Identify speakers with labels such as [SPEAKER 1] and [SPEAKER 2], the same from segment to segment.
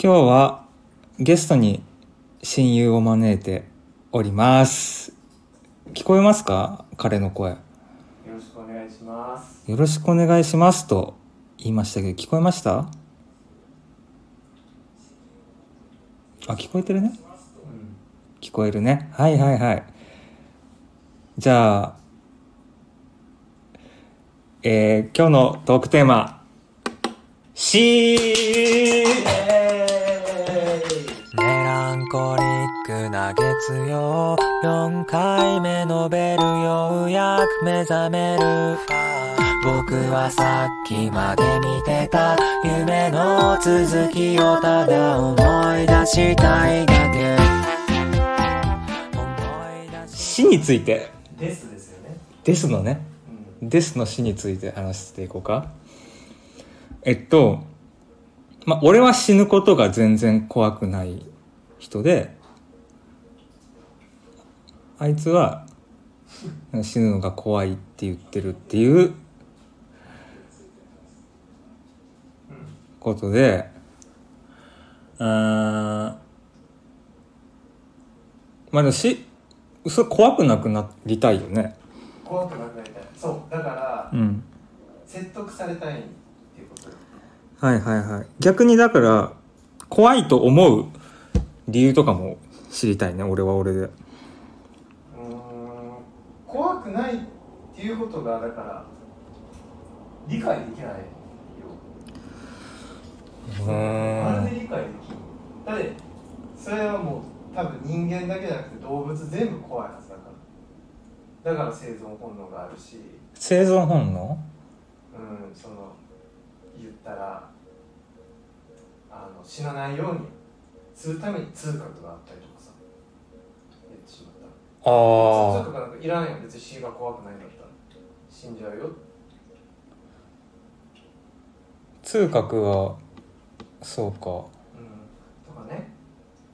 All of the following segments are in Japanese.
[SPEAKER 1] 今日はゲストに親友を招いております。聞こえますか彼の声。よ
[SPEAKER 2] よろしくお願いします。
[SPEAKER 1] ろしくお願いしますと言いましたけど、聞こえましたあ、聞こえてるね。
[SPEAKER 2] うん、
[SPEAKER 1] 聞こえるね。はいはいはい。じゃあ、えー今日のトークテーマ、し
[SPEAKER 3] メランコリックな月曜4回目のベルようやく目覚める僕はさっきまで見てた夢の続きをただ思い出したいだけ思い出し
[SPEAKER 1] 死について。
[SPEAKER 2] ですですよね。
[SPEAKER 1] ですのね。
[SPEAKER 2] うん、
[SPEAKER 1] ですの死について話していこうか。えっと、まあ、俺は死ぬことが全然怖くない人で、あいつは死ぬのが怖いって言ってるっていうことで、あーまあでもし、それ怖くなくなりたいよね。
[SPEAKER 2] 怖くなくなりたい。そう、だから、
[SPEAKER 1] うん。
[SPEAKER 2] 説得されたいっていうこと。
[SPEAKER 1] はいはいはい。逆にだから、怖いと思う理由とかも知りたいね、俺は俺で。
[SPEAKER 2] うーん、怖くないっていうことが、だから、理解できないよ。まるで理解できん。だって、それはもう、多分人間だけじゃなくて動物全部怖いはずだから。だから生存本能があるし、
[SPEAKER 1] 生存本能
[SPEAKER 2] うん、その、言ったら、あの死なないようにするために通覚があったりとかさ言ってしまった通
[SPEAKER 1] ああ。
[SPEAKER 2] 覚がなんかいらないよ別に死が怖くないんだったら死んじゃうよ
[SPEAKER 1] 通覚は、そうか。
[SPEAKER 2] うん、とかね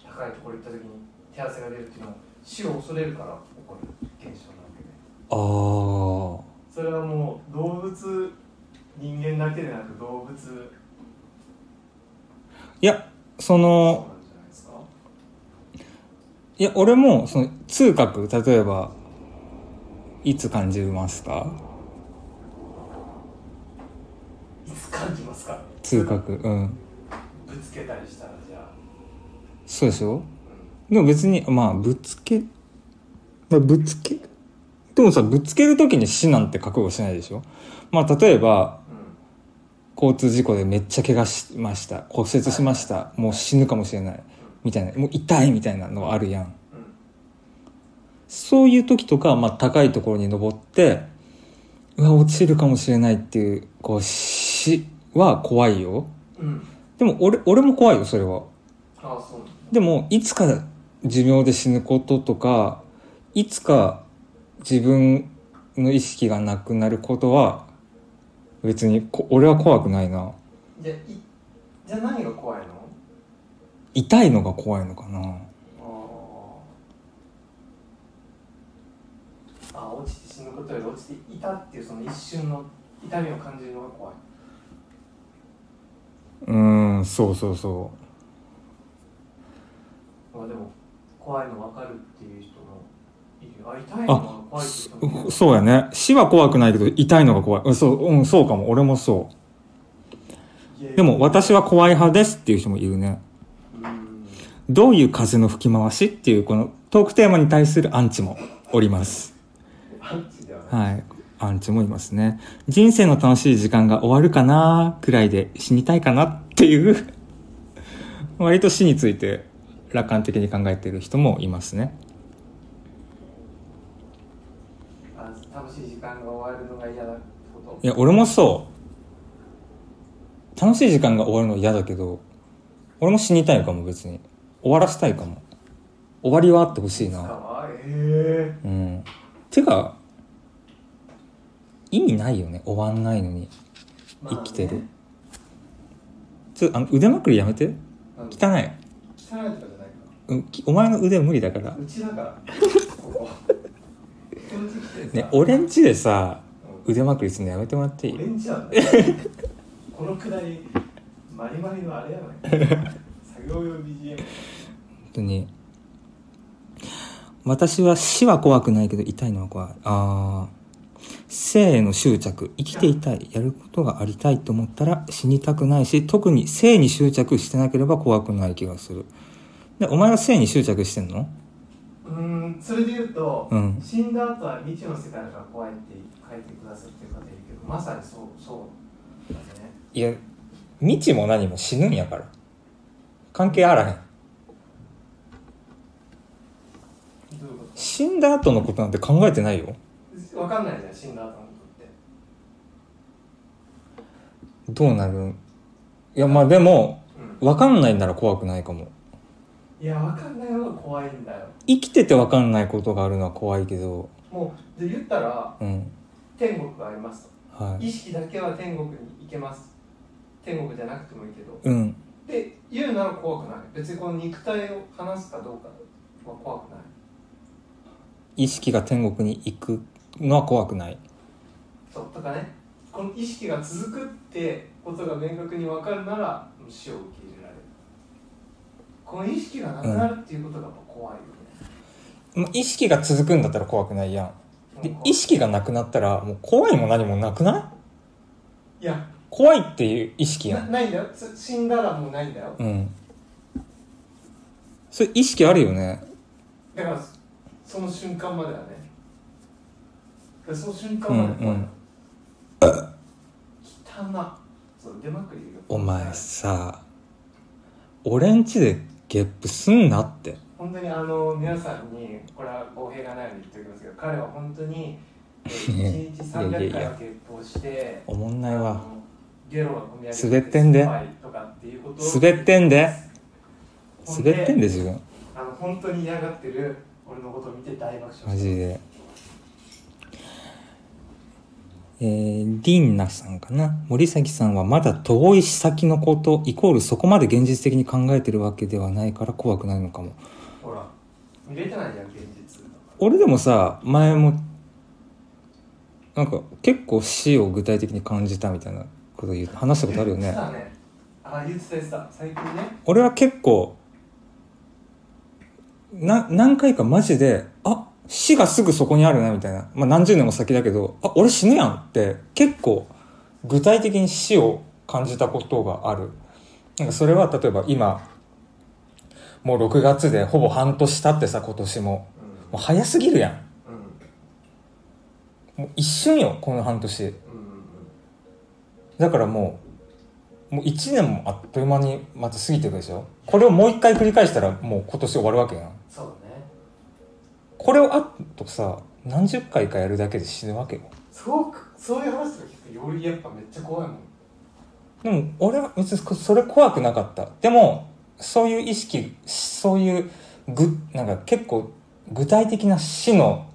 [SPEAKER 2] 高いところ行った時に手汗が出るっていうのは死を恐れるから起こる現象なわけで
[SPEAKER 1] ああ。
[SPEAKER 2] それはもう動物人間だけでなく動物そう
[SPEAKER 1] いや、その、
[SPEAKER 2] なんじゃないですか
[SPEAKER 1] いや、俺も、その、通覚、例えば、いつ感じますか
[SPEAKER 2] いつ感じますか
[SPEAKER 1] 通覚。うん。
[SPEAKER 2] ぶつけたりしたらじゃあ、
[SPEAKER 1] そうでしょ
[SPEAKER 2] うん
[SPEAKER 1] でも別に、まあ、ぶつけ、まあぶつけ、でもさ、ぶつけるときに死なんて覚悟しないでしょまあ、例えば、
[SPEAKER 2] う
[SPEAKER 1] 交通事故でめっちゃ怪我しました。骨折しました。もう死ぬかもしれない。みたいな、もう痛いみたいなのあるやん。
[SPEAKER 2] んうん
[SPEAKER 1] そういう時とか、まあ、高いところに登って、うわ、落ちるかもしれないっていう、こう、死は怖いよ。
[SPEAKER 2] うん、
[SPEAKER 1] でも、俺、俺も怖いよ、それは。
[SPEAKER 2] ああそう
[SPEAKER 1] でも、いつか寿命で死ぬこととか、いつか自分の意識がなくなることは、別にこ、俺は怖くないな。
[SPEAKER 2] じゃあいじゃあ何が怖いの
[SPEAKER 1] 痛いのが怖いのかな。
[SPEAKER 2] あーあ落ちて死ぬことより落ちていたっていうその一瞬の痛みを感じるのが怖いう
[SPEAKER 1] ーん、そうそうそ
[SPEAKER 2] まあでも怖いの分かるっていう人もいるよあ痛いのが怖いっていう人もいる
[SPEAKER 1] う。そうやね。死は怖くないけど、痛いのが怖い。うん、そう、うん、そうかも。俺もそ。
[SPEAKER 2] いやいうや
[SPEAKER 1] でも、私は怖い派ですっていう人もいるね。
[SPEAKER 2] うん
[SPEAKER 1] どういう風の吹き回しっていう、このトークテーマに対するアンチもおります。
[SPEAKER 2] アンチではない
[SPEAKER 1] はい。アンチもいますね。人生の楽しい時間が終わるかなくらいで死にたいかなっていう、 割と死について楽観的に考えている人もいますね。
[SPEAKER 2] あ楽しい時間が終わるのが嫌だってこと
[SPEAKER 1] いや、俺もそう。楽しい時間が終わるの嫌だけど、俺も死にたいかも別に。終わらせたいかも。終わりはあってほしい
[SPEAKER 2] か
[SPEAKER 1] な。
[SPEAKER 2] わいいえ
[SPEAKER 1] うん。てか、意味ないよね。終わんないのに。
[SPEAKER 2] ーまあ
[SPEAKER 1] 生
[SPEAKER 2] ね
[SPEAKER 1] きてる。ちょ、あの、腕まくりやめて。
[SPEAKER 2] なん
[SPEAKER 1] 汚い。
[SPEAKER 2] で汚いとかじゃないか
[SPEAKER 1] うんきお前の腕無理だから
[SPEAKER 2] う。ちだから。ここ。この時期
[SPEAKER 1] ね
[SPEAKER 2] でさ、。
[SPEAKER 1] 俺んちでさ、
[SPEAKER 2] うん
[SPEAKER 1] 腕まくりするのやめてもらってい
[SPEAKER 2] 俺
[SPEAKER 1] い
[SPEAKER 2] んちなんだよ。このくだり、マリマリのあれやないか。探療養 BGM
[SPEAKER 1] 本当に私は死は怖くないけど痛いのは怖いああ生への執着生きていたいやることがありたいと思ったら死にたくないし特に生に執着してなければ怖くない気がするでお前は生に執着してんの
[SPEAKER 2] うーんそれで言うと、
[SPEAKER 1] うん
[SPEAKER 2] 死んだ後は未知の世界が怖いって書いてくださってる方いるけどまさにそうそうだね
[SPEAKER 1] いや未知も何も死ぬんやから関係あらへん
[SPEAKER 2] どういうこ
[SPEAKER 1] 死んだ後のことなんて考えてないよ
[SPEAKER 2] と分かんないじゃん死んだ後のことって
[SPEAKER 1] どうなるいやまあでも
[SPEAKER 2] う
[SPEAKER 1] 分かんないなら怖くないかも
[SPEAKER 2] んいや分かんないのが怖いんだよ
[SPEAKER 1] 生きてて分かんないことがあるのは怖いけど
[SPEAKER 2] もうで言ったら
[SPEAKER 1] うん
[SPEAKER 2] 天国がありますと
[SPEAKER 1] はい
[SPEAKER 2] 意識だけは天国に行けます天国じゃなくてもいいけど
[SPEAKER 1] うん
[SPEAKER 2] で言うなら怖くない別にこの肉体を離すかどうかは怖くない
[SPEAKER 1] 意識が天国に行くのは怖くない
[SPEAKER 2] そうとかねこの意識が続くってことが明確に分かるならもう死を受け入れられるこの意識がなくなるっていうことがやっぱ怖いよね、
[SPEAKER 1] まあ意識が続くんだったら怖くないやんで
[SPEAKER 2] もう
[SPEAKER 1] 意識がなくなったらもう怖いも何もなくない
[SPEAKER 2] いや
[SPEAKER 1] 怖いっていう意識や
[SPEAKER 2] なんないんだよつ死んだらもうないんだよ
[SPEAKER 1] うんそれ意識あるよね
[SPEAKER 2] だからそその瞬間まではねだからその瞬間まで怖い、
[SPEAKER 1] うんうん
[SPEAKER 2] 汚なそう出まくり言うよ
[SPEAKER 1] お前さ俺んちでゲップすんなって
[SPEAKER 2] 本当にあの皆さんにこれは公平がないように言っておきますけど彼は本当に1日300回は結婚して
[SPEAKER 1] おもんない
[SPEAKER 2] あ
[SPEAKER 1] わ
[SPEAKER 2] のゲロが込み上げ
[SPEAKER 1] 滑ってんで
[SPEAKER 2] 酸っぱいとかっていうことを
[SPEAKER 1] 滑ってんで
[SPEAKER 2] ほ
[SPEAKER 1] 滑ってん
[SPEAKER 2] で
[SPEAKER 1] で自分
[SPEAKER 2] あの本当に嫌がってる俺のことを見て大爆笑
[SPEAKER 1] マジでえー、リンナさんかな森崎さんはまだ遠い先のことイコールそこまで現実的に考えてるわけではないから怖くないのかも
[SPEAKER 2] ほら見れてないじゃん現実
[SPEAKER 1] 俺でもさ前もなんか結構死を具体的に感じたみたいなこと言う話したことあるよ
[SPEAKER 2] 言っ
[SPEAKER 1] ね
[SPEAKER 2] てたねあ言ってた言ってた最近ね
[SPEAKER 1] 俺は結構な何回かマジであ死がすぐそこにあるなみたいな、まあ、何十年も先だけどあ俺死ぬやんって結構具体的に死を感じたことがあるなんかそれは例えば今もう6月でほぼ半年経ってさ今年ももう早すぎるやん
[SPEAKER 2] うんうん
[SPEAKER 1] もう一瞬よこの半年
[SPEAKER 2] うんうん
[SPEAKER 1] だからもうもう1年もあっという間にまた過ぎていくでしょこれをもう一回繰り返したらもう今年終わるわけやん
[SPEAKER 2] そうだね
[SPEAKER 1] これをあとさ何十回かやるだけで死ぬわけよ
[SPEAKER 2] すごくそういう話とか聞くとよりやっぱめっちゃ怖いもん
[SPEAKER 1] でも俺は別にそれ怖くなかったでもそういう意識そういうぐなんか結構具体的な死の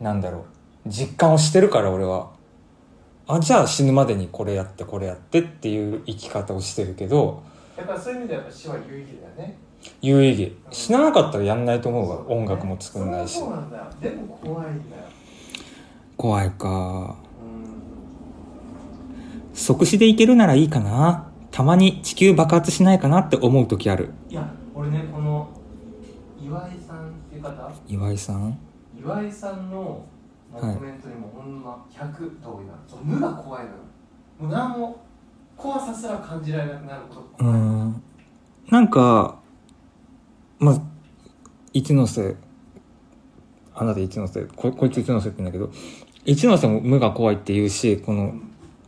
[SPEAKER 1] なんだろう実感をしてるから俺はあじゃあ死ぬまでにこれやってこれやってっていう生き方をしてるけど
[SPEAKER 2] だからそういう意味ではやっぱ死は有意義だよね
[SPEAKER 1] 有意義死ななかったらやんないと思うわ
[SPEAKER 2] そうだね
[SPEAKER 1] 音楽も作んないし
[SPEAKER 2] それはそうなんだよでも怖いんだよ
[SPEAKER 1] 怖いか
[SPEAKER 2] うん
[SPEAKER 1] 即死でいけるならいいかなたまに地球爆発しないかなって思う時ある
[SPEAKER 2] いや俺ねこの岩井さんっていう方
[SPEAKER 1] 岩井さん
[SPEAKER 2] 岩井さんのもうコ
[SPEAKER 1] はい
[SPEAKER 2] メントにもほんま100同意なの、そう無が怖いのよもう何も怖さすら感じられなくなること
[SPEAKER 1] うーんなんかまあ一ノ瀬あなた一ノ瀬ここいつ一ノ瀬って言うんだけど一ノ瀬も無が怖いって言うしこの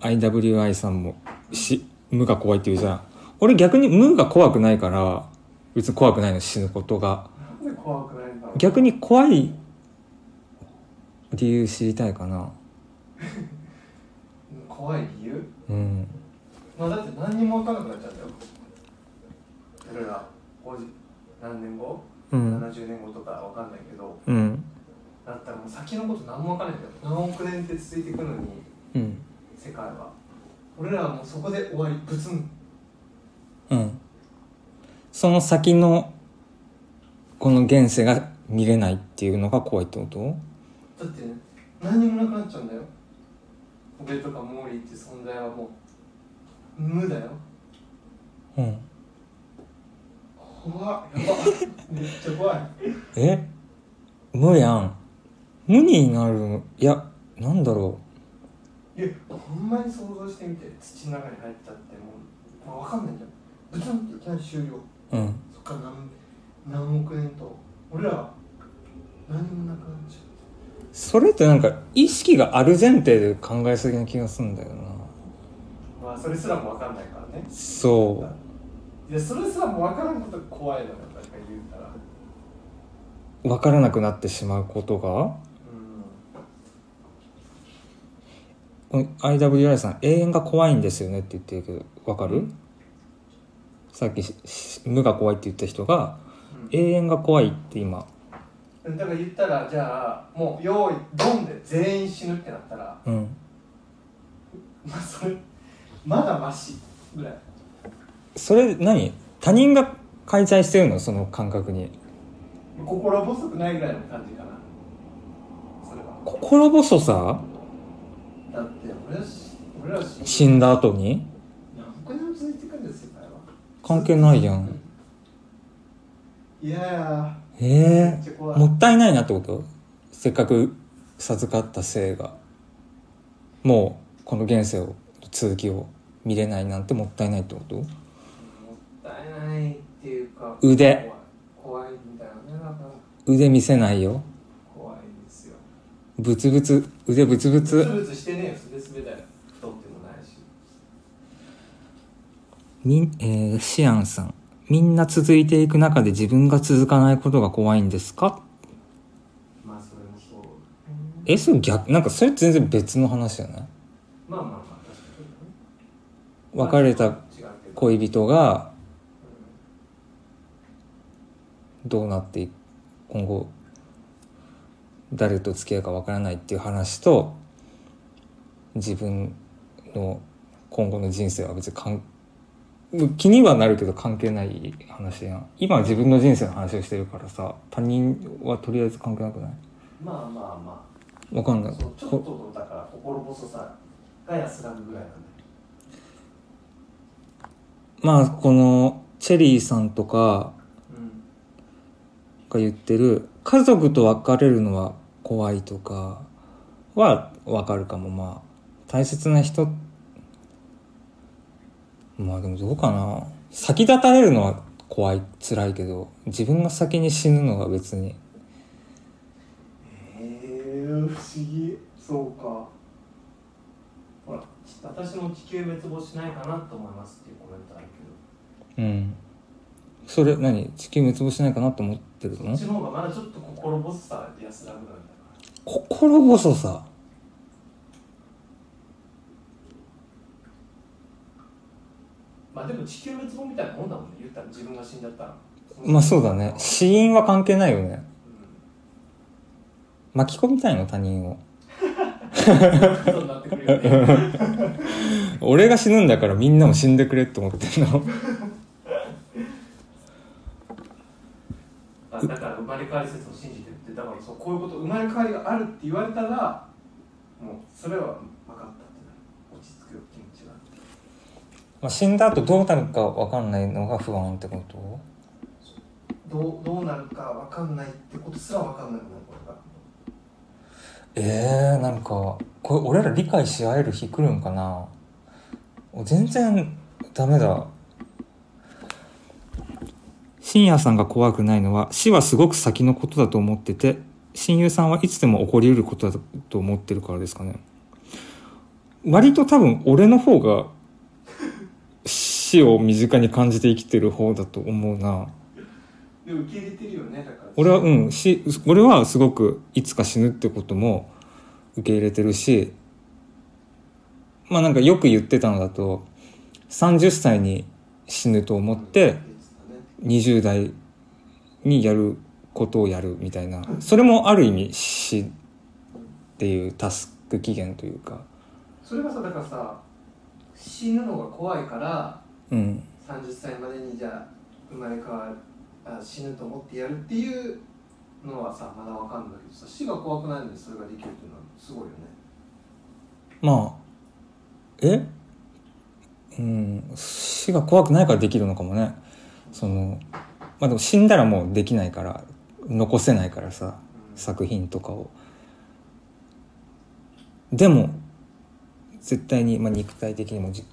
[SPEAKER 1] IWI さんもし無が怖いって言うじゃん俺逆に無が怖くないから別に怖くないの死ぬことが
[SPEAKER 2] なんで怖くないんだろう
[SPEAKER 1] 逆に怖い理由知りたいかな
[SPEAKER 2] うん怖い理由
[SPEAKER 1] うん
[SPEAKER 2] まあだって何にも分かんなくなっちゃうんだよそれが50何年後、
[SPEAKER 1] うん
[SPEAKER 2] 70年後とか分かんないけど
[SPEAKER 1] うん
[SPEAKER 2] だったらもう先のこと何も分かんないんだよ何億年って続いていくのに
[SPEAKER 1] うん
[SPEAKER 2] 世界は俺らはもうそこで終わりブツン
[SPEAKER 1] うんその先のこの現世が見れないっていうのが怖いってこと
[SPEAKER 2] だってね何にもなくなっちゃうんだよ俺とかモーリーって存在はもう無だよっちゃ怖い
[SPEAKER 1] え無やん無になるのいやなんだろ
[SPEAKER 2] いやほんまに想像してみて土の中に入ったってもうもう分かんないじゃんブツンっていきなり終了
[SPEAKER 1] ううん
[SPEAKER 2] そっから何何億年と俺ら何もなくなっちゃう
[SPEAKER 1] それってなんか意識がある前提で考えすぎな気がするんだよな
[SPEAKER 2] まあそれすらも分かんないからね
[SPEAKER 1] そ
[SPEAKER 2] いやそれすらも分からんことが怖いのよなんか言うたら
[SPEAKER 1] う分からなくなってしまうことが
[SPEAKER 2] うん
[SPEAKER 1] この IWI さん「永遠が怖いんですよね」って言ってるけど分かるさっきしし無が怖いって言った人が「永遠が怖い」って今
[SPEAKER 2] うん、だから言ったらじゃあもう用意ドンで全員死ぬってなったら
[SPEAKER 1] うん
[SPEAKER 2] まあそれまだマシぐらい
[SPEAKER 1] それ何他人が介在してるのその感覚に
[SPEAKER 2] 心細くないぐらいの感じかなそれは
[SPEAKER 1] 心細さ
[SPEAKER 2] だって俺らし俺らし
[SPEAKER 1] 死んだ後に
[SPEAKER 2] 何個でも続いていくんですよ世界は
[SPEAKER 1] 関係ないやん
[SPEAKER 2] いやいやめ
[SPEAKER 1] え
[SPEAKER 2] っちゃ
[SPEAKER 1] え
[SPEAKER 2] 怖い
[SPEAKER 1] もったいないなってことせっかく授かった生がもうこの現世を続きを見れないなんてもったいないってこと
[SPEAKER 2] もったいないっていうか
[SPEAKER 1] 腕
[SPEAKER 2] 怖い怖いんだよねだから
[SPEAKER 1] 腕見せないよ
[SPEAKER 2] 怖いんですよ
[SPEAKER 1] ブツブツ腕ブツブ
[SPEAKER 2] ブツ
[SPEAKER 1] ツ
[SPEAKER 2] ブツしてねえよすべすべだよ太ってもないし
[SPEAKER 1] に、えーシアンさんみんな続いていく中で自分が続かないことが怖いんですか
[SPEAKER 2] まあそれもそう
[SPEAKER 1] えそれ逆なんかそれ全然別の話じゃない
[SPEAKER 2] まあまあまあ確かに
[SPEAKER 1] 別れた
[SPEAKER 2] 違うけど
[SPEAKER 1] 恋人がどうなってい今後誰と付き合うかわからないっていう話と自分の今後の人生は別に関気にはなるけど関係ない話やん今は自分の人生の話をしてるからさ他人はとりあえず関係なくない
[SPEAKER 2] まあまあま
[SPEAKER 1] わかんな
[SPEAKER 2] あ
[SPEAKER 1] い
[SPEAKER 2] そうちょっ
[SPEAKER 1] こと
[SPEAKER 2] だから心細さが安らぐぐらいなんだよ
[SPEAKER 1] まあこのチェリーさんとか
[SPEAKER 2] うん
[SPEAKER 1] が言ってる家族と別れるのは怖いとかはわかるかもまあ大切な人まあでもどうかな先立たれるのは怖い辛いけど自分が先に死ぬのは別に
[SPEAKER 2] へえ不思議そうかほら私も地球滅亡しないかなと思いますっていうコメントあるけ
[SPEAKER 1] うんそれ何地球滅亡しないかなと思ってる
[SPEAKER 2] どそっ
[SPEAKER 1] の
[SPEAKER 2] ちの方がまだちょっと心細さで安らぐなんだよ
[SPEAKER 1] 心細さ
[SPEAKER 2] まあでも地球滅亡みたいなもんだもんね言ったら自分が死んじゃったら
[SPEAKER 1] まあそうだね死因は関係ないよね巻き込みたいの他人を
[SPEAKER 2] うんそうなってくるよね
[SPEAKER 1] 俺が死ぬんだからみんなも死んでくれって思ってんの
[SPEAKER 2] あだから生まれ変わり説を信じてるってだからそうこういうこと生まれ変わりがあるって言われたらもうそれは分かったってなる落ち着くよ気持ちが
[SPEAKER 1] まあ、死んだ後どうなるか分かんないのが不安ってこと
[SPEAKER 2] どうどうなるか分かんないってことすら分かんなくなるこれが
[SPEAKER 1] えー、なんかこれ俺ら理解し合える日来るんかな全然ダメだ深夜さんが怖くないのは死はすごく先のことだと思ってて親友さんはいつでも起こりうることだと思ってるからですかね割と多分俺の方が死を身近に感じて生きてる方だと思うな
[SPEAKER 2] でも受け入れてるよねだから
[SPEAKER 1] 俺はうんし俺はすごくいつか死ぬってことも受け入れてるしまあなんかよく言ってたのだと30歳に死ぬと思って20代にやることをやるみたいなそれもある意味死っていうタスク期限というか
[SPEAKER 2] それがさだからさ死ぬのが怖いから
[SPEAKER 1] うん
[SPEAKER 2] 30歳までにじゃあ生まれ変わるあ死ぬと思ってやるっていうのはさまだ分かるんだけどさ死が怖くないのにそれができるっていうのはすごいよね
[SPEAKER 1] まあえうん死が怖くないからできるのかもねそのまあでも死んだらもうできないから残せないからさ作品とかをでも絶対に、まあ、肉体的にもじ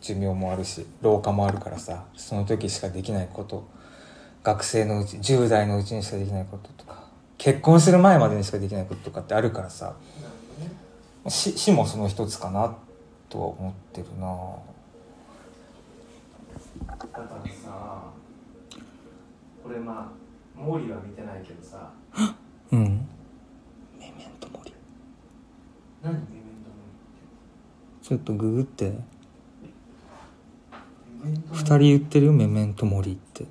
[SPEAKER 1] 寿命もあるし老化もあるからさその時しかできないこと学生のうち10代のうちにしかできないこととか結婚する前までにしかできないこととかってあるからさ
[SPEAKER 2] なるほどね
[SPEAKER 1] 死死もその一つかなとは思ってるな
[SPEAKER 2] だからさ俺まあモーリーは見てないけどさ
[SPEAKER 1] うんメメントモリ
[SPEAKER 2] 何メメントモ
[SPEAKER 1] ちょっとググって
[SPEAKER 2] リーってメメント
[SPEAKER 1] 2
[SPEAKER 2] モリー
[SPEAKER 1] 人言ってるよメメントモリって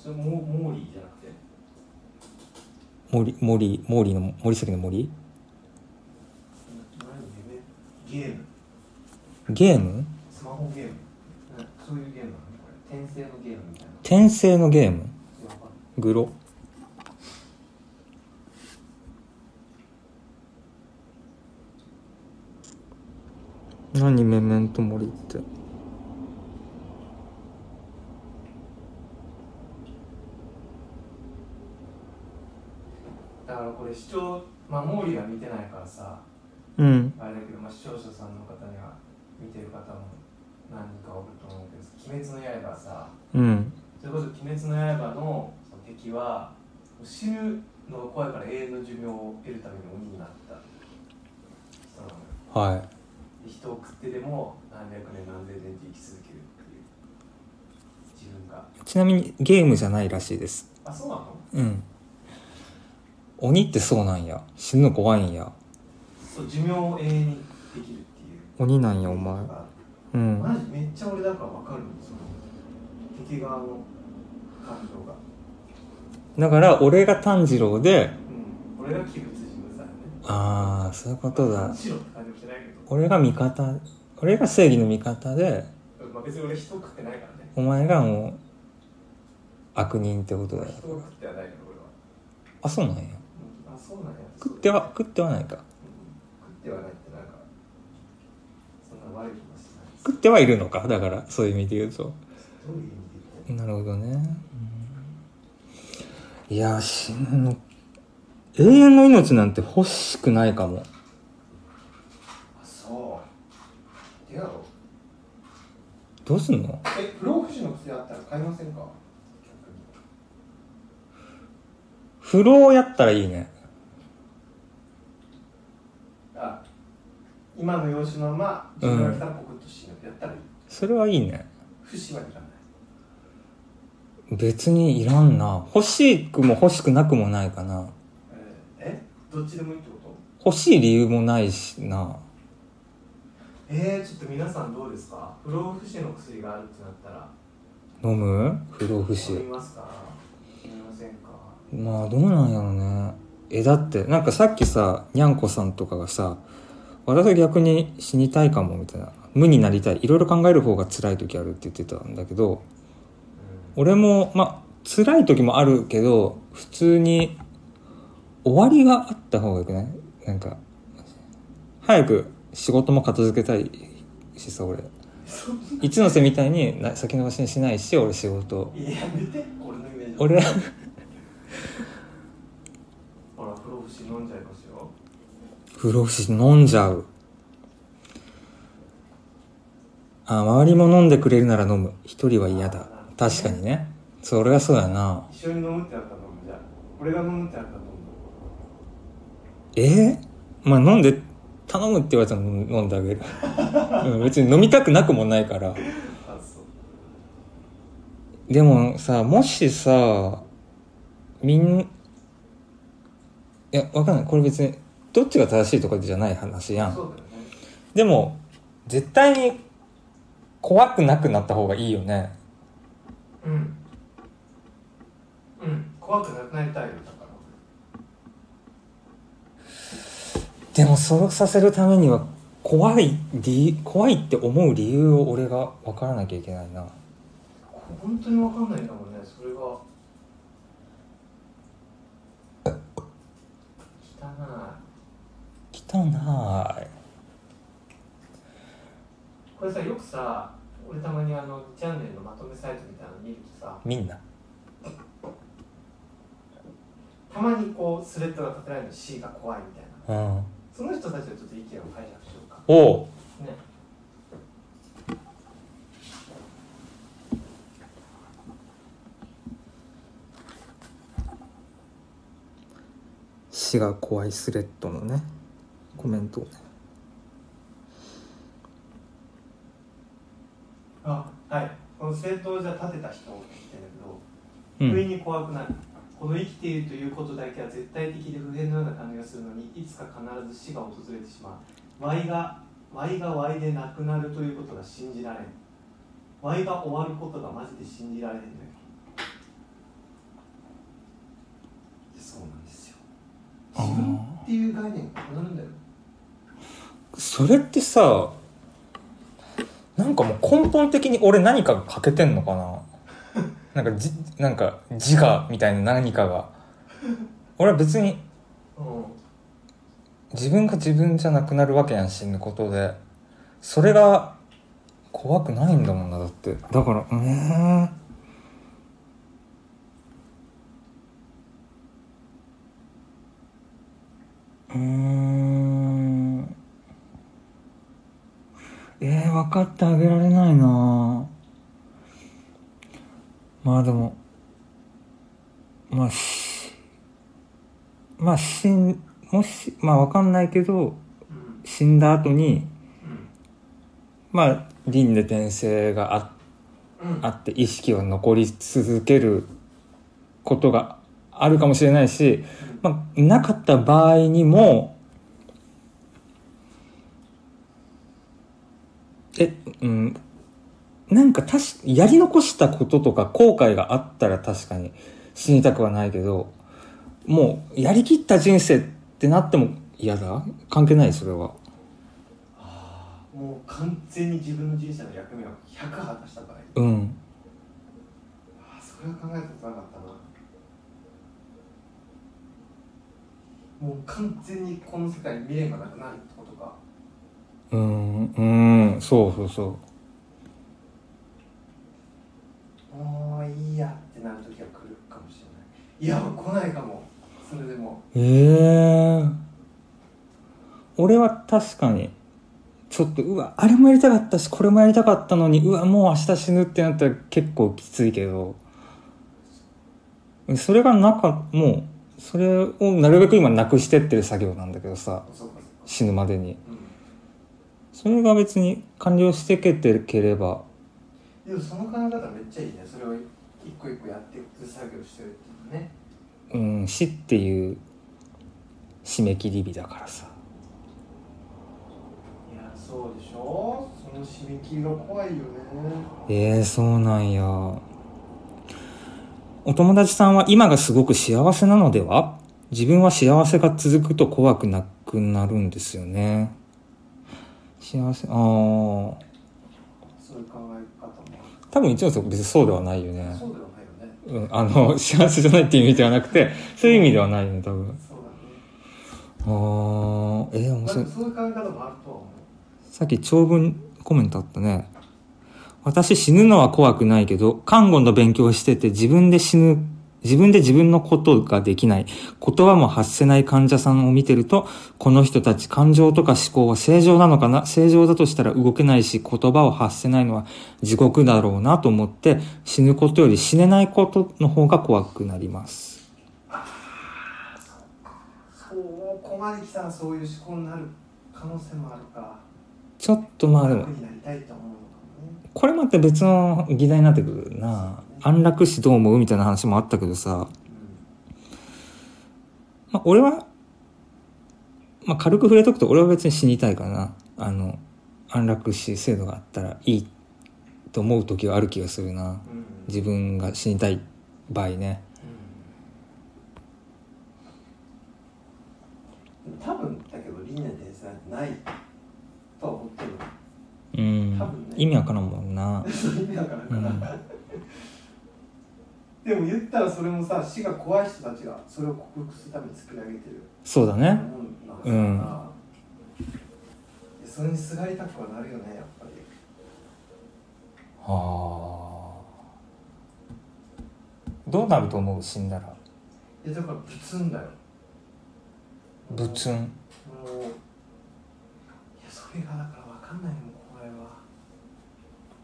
[SPEAKER 2] それモモーリーじゃなくて
[SPEAKER 1] モリモリモリの森崎の森
[SPEAKER 2] 何メメゲーム
[SPEAKER 1] ゲーム
[SPEAKER 2] スマホゲームなそういうゲームなのこれ転生のゲームみたいな
[SPEAKER 1] 転生のゲーム
[SPEAKER 2] わかんない
[SPEAKER 1] グロ何メメントモリって
[SPEAKER 2] だからこれ視聴まあモーリーは見てないからさ
[SPEAKER 1] うん
[SPEAKER 2] あれだけど、まあ、視聴者さんの方には見てる方も何人かおると思うけど「鬼滅の刃」さ
[SPEAKER 1] うん
[SPEAKER 2] それこそ「鬼滅の刃」のその敵は死ぬのが怖いから永遠の寿命を得るために鬼になった人なのよ
[SPEAKER 1] は
[SPEAKER 2] で人を食ってでも何百年何千年って生き続けるっていう自分が
[SPEAKER 1] いちなみにゲームじゃないらしいです
[SPEAKER 2] あそうなの
[SPEAKER 1] うん鬼ってそうなんや死ぬの怖いんや
[SPEAKER 2] そう寿命を永遠にできるっていう
[SPEAKER 1] 鬼なんやお前う
[SPEAKER 2] マ
[SPEAKER 1] ん
[SPEAKER 2] ジめっちゃ俺だから分かるのその敵側の感情が、
[SPEAKER 1] だから俺が炭治郎で
[SPEAKER 2] うん、俺が鬼物人物だよね
[SPEAKER 1] ああそういうことだ
[SPEAKER 2] 白って感じもしてないけ
[SPEAKER 1] 俺が味方俺が正義の味方で
[SPEAKER 2] ど、まあ、別に俺人を食ってないからね
[SPEAKER 1] お前がもう悪人ってことだよ
[SPEAKER 2] 人を食ってはないから俺は、
[SPEAKER 1] あそうなんや
[SPEAKER 2] うん、あそうなんや
[SPEAKER 1] 食っては食ってはないか
[SPEAKER 2] うん食ってはないってなんかそんな悪い気もしない
[SPEAKER 1] 食ってはいるのかだからそういう意味で言うと
[SPEAKER 2] どういう意味で言っ
[SPEAKER 1] な
[SPEAKER 2] て
[SPEAKER 1] るほどね、うんいや死ぬの永遠の命なんて欲しくないかも
[SPEAKER 2] あそうでやろ
[SPEAKER 1] どうすんの
[SPEAKER 2] え不老不死の薬あったら買いませんか逆に
[SPEAKER 1] 不老やったらいいね
[SPEAKER 2] あ今の様子のまま自分が来たらポクッと死ぬやったらいい
[SPEAKER 1] それはいいね
[SPEAKER 2] 不死はいらない
[SPEAKER 1] 別にいらんな欲しくも欲しくなくもないかな
[SPEAKER 2] えーえどっちでもいいってこと
[SPEAKER 1] 欲しい理由もないしな
[SPEAKER 2] えー、ちょっと皆さんどうですか不老不死の薬があるってなったら
[SPEAKER 1] 飲む不老不
[SPEAKER 2] 飲み
[SPEAKER 1] 死
[SPEAKER 2] ますか飲みませんか
[SPEAKER 1] まあどうなんやろねえだってなんかさっきさにゃんこさんとかがさ私は逆に死にたいかもみたいな無になりたいいろいろ考える方が辛い時あるって言ってたんだけど俺もまあ辛い時もあるけど普通に終わりがあった方がよくないなんか早く仕事も片付けたいしさ俺一ノ瀬みたいにな先延ばしにしないし俺仕事
[SPEAKER 2] いややめて俺のイメージ
[SPEAKER 1] 俺
[SPEAKER 2] ほら不老不死飲んじゃいますよ
[SPEAKER 1] 不老不死飲んじゃうあ周りも飲んでくれるなら飲む一人は嫌だ確かにねそれはそうやな
[SPEAKER 2] 一緒に飲むってなったら飲むじゃあ俺が飲むってなったら飲む
[SPEAKER 1] えー、まあ飲んで頼むって言われたら飲んであげる、 うん、別に飲みたくなくもないから
[SPEAKER 2] あそう
[SPEAKER 1] でもさもしさみんいやわかんないこれ別にどっちが正しいとかじゃない話やん
[SPEAKER 2] そうだよね
[SPEAKER 1] でも、絶対に怖くなくなった方がいいよね。
[SPEAKER 2] うんうん怖くなくなりたいよだから
[SPEAKER 1] でも、それをさせるためには、怖い理、怖いって思う理由を俺が分からなきゃいけないな。
[SPEAKER 2] 本当にわかんないんだもんねそれが汚い
[SPEAKER 1] 汚い。
[SPEAKER 2] これさよくさ俺たまにあのチャンネルのまとめサイトみたいなの見るとさ
[SPEAKER 3] みんな
[SPEAKER 2] たまにこうスレッドが立てられるの C が怖いみたいな
[SPEAKER 3] うん
[SPEAKER 2] その人たちのちょっと意見を解釈しようか
[SPEAKER 3] おう
[SPEAKER 2] ね
[SPEAKER 1] 死が怖いスレッドのねコメントをね
[SPEAKER 2] あはいこの政党をじゃあ立てた人を聞いてるけど
[SPEAKER 1] う
[SPEAKER 2] 不意
[SPEAKER 1] ん
[SPEAKER 2] に怖くなる、この生きているということだけは絶対的で不変のような感じがするのにいつか必ず死が訪れてしまう Y が Y が Y でなくなるということが信じられん Y が終わることがマジで信じられへんのよそうなんですよ
[SPEAKER 1] あー
[SPEAKER 2] 自分っていう概念がなくなるんだよ
[SPEAKER 3] それってさなんかもう根本的に俺何かが欠けてんのかな なんかじなんか自我みたいな何かが俺は別に
[SPEAKER 2] う
[SPEAKER 3] 自分が自分じゃなくなるわけやん死ぬことでそれが怖くないんだもんなだってだからうーん
[SPEAKER 1] うーんえー、分かってあげられないなまあでもまあしまあ死んもしまあ分かんないけど
[SPEAKER 2] んうん
[SPEAKER 1] 死んだ後に
[SPEAKER 2] うん
[SPEAKER 1] まあ輪廻転生があ
[SPEAKER 2] うん
[SPEAKER 1] あって意識は残り続けることがあるかもしれないし、まあ、なかった場合にもえうんなんかたしやり残したこととか後悔があったら確かに死にたくはないけどもうやりきった人生ってなっても嫌だ関係ないそれは
[SPEAKER 2] もう完全に自分の人生の役目を100果たした場合
[SPEAKER 1] うん
[SPEAKER 2] あそれは考えたことなかったなもう完全にこの世界に未練がなくなるってことか
[SPEAKER 1] うんうんそうそうそう
[SPEAKER 2] もういいやってなる時は来るかもしれないいや来ないかもそれでも
[SPEAKER 1] ええ俺は確かにちょっとうわあれもやりたかったしこれもやりたかったのにうわもう明日死ぬってなったら結構きついけどそれがなかもうそれをなるべく今なくしてってる作業なんだけどさ
[SPEAKER 2] そうかそうか
[SPEAKER 1] 死ぬまでに
[SPEAKER 2] うん
[SPEAKER 1] それが別に完了してけてければ
[SPEAKER 2] でもその考え方めっちゃいいねそれを一個一個やっていく作業してるっていうのね
[SPEAKER 1] うん死っていう締め切り日だからさ
[SPEAKER 2] いやそうでしょその締め切りが怖いよね
[SPEAKER 1] えー、そうなんや。お友達さんは今がすごく幸せなのでは自分は幸せが続くと怖くなくなるんですよね。幸せ、ああ。
[SPEAKER 2] そういう考え方も
[SPEAKER 1] 多分一応別にそうではないよね。
[SPEAKER 2] そうではないよね
[SPEAKER 1] うん、あの、幸せじゃないっていう意味ではなくて、そういう意味ではないよね、多分。
[SPEAKER 2] そうだね
[SPEAKER 1] ああ、えー、面
[SPEAKER 2] まあ
[SPEAKER 1] 白
[SPEAKER 2] で
[SPEAKER 1] い
[SPEAKER 2] も。そういう考え方もあるとは思う
[SPEAKER 1] さっき長文コメントあったね。私死ぬのは怖くないけど、看護の勉強をしてて自分で死ぬ、自分で自分のことができない、言葉も発せない患者さんを見てると、この人たち感情とか思考は正常なのかな正常だとしたら動けないし、言葉を発せないのは地獄だろうなと思って、死ぬことより死ねないことの方が怖くなります。
[SPEAKER 2] そうここまで来たらそういう思考になる可能性もあるか
[SPEAKER 1] ちょっとまあでも
[SPEAKER 2] 楽、になりたいと思うのかもね
[SPEAKER 1] これまた別の議題になってくるな安楽死どう思うみたいな話もあったけどさ、まあ、俺は、まあ、軽く触れとくと俺は別に死にたいからなあの安楽死制度があったらいいと思う時はある気がするな
[SPEAKER 2] うん、うん
[SPEAKER 1] 自分が死にたい場合ね
[SPEAKER 2] うん多分だけど輪廻転生なんてないとは思ってる
[SPEAKER 1] うん
[SPEAKER 2] 多分ね
[SPEAKER 1] 意味わからんもんな
[SPEAKER 2] そういう意味だからか
[SPEAKER 1] う
[SPEAKER 2] な、
[SPEAKER 1] ん
[SPEAKER 2] でも言ったらそれもさ死が怖い人たちがそれを克服するために作り上げてる
[SPEAKER 1] そうだね
[SPEAKER 2] ものなんだからそれにすがりたくはなるよねやっぱり
[SPEAKER 1] あどうなると思う死んだら
[SPEAKER 2] いやだからぶつんだよ
[SPEAKER 1] ぶつん
[SPEAKER 2] もういやそれがだから分かんないのこれは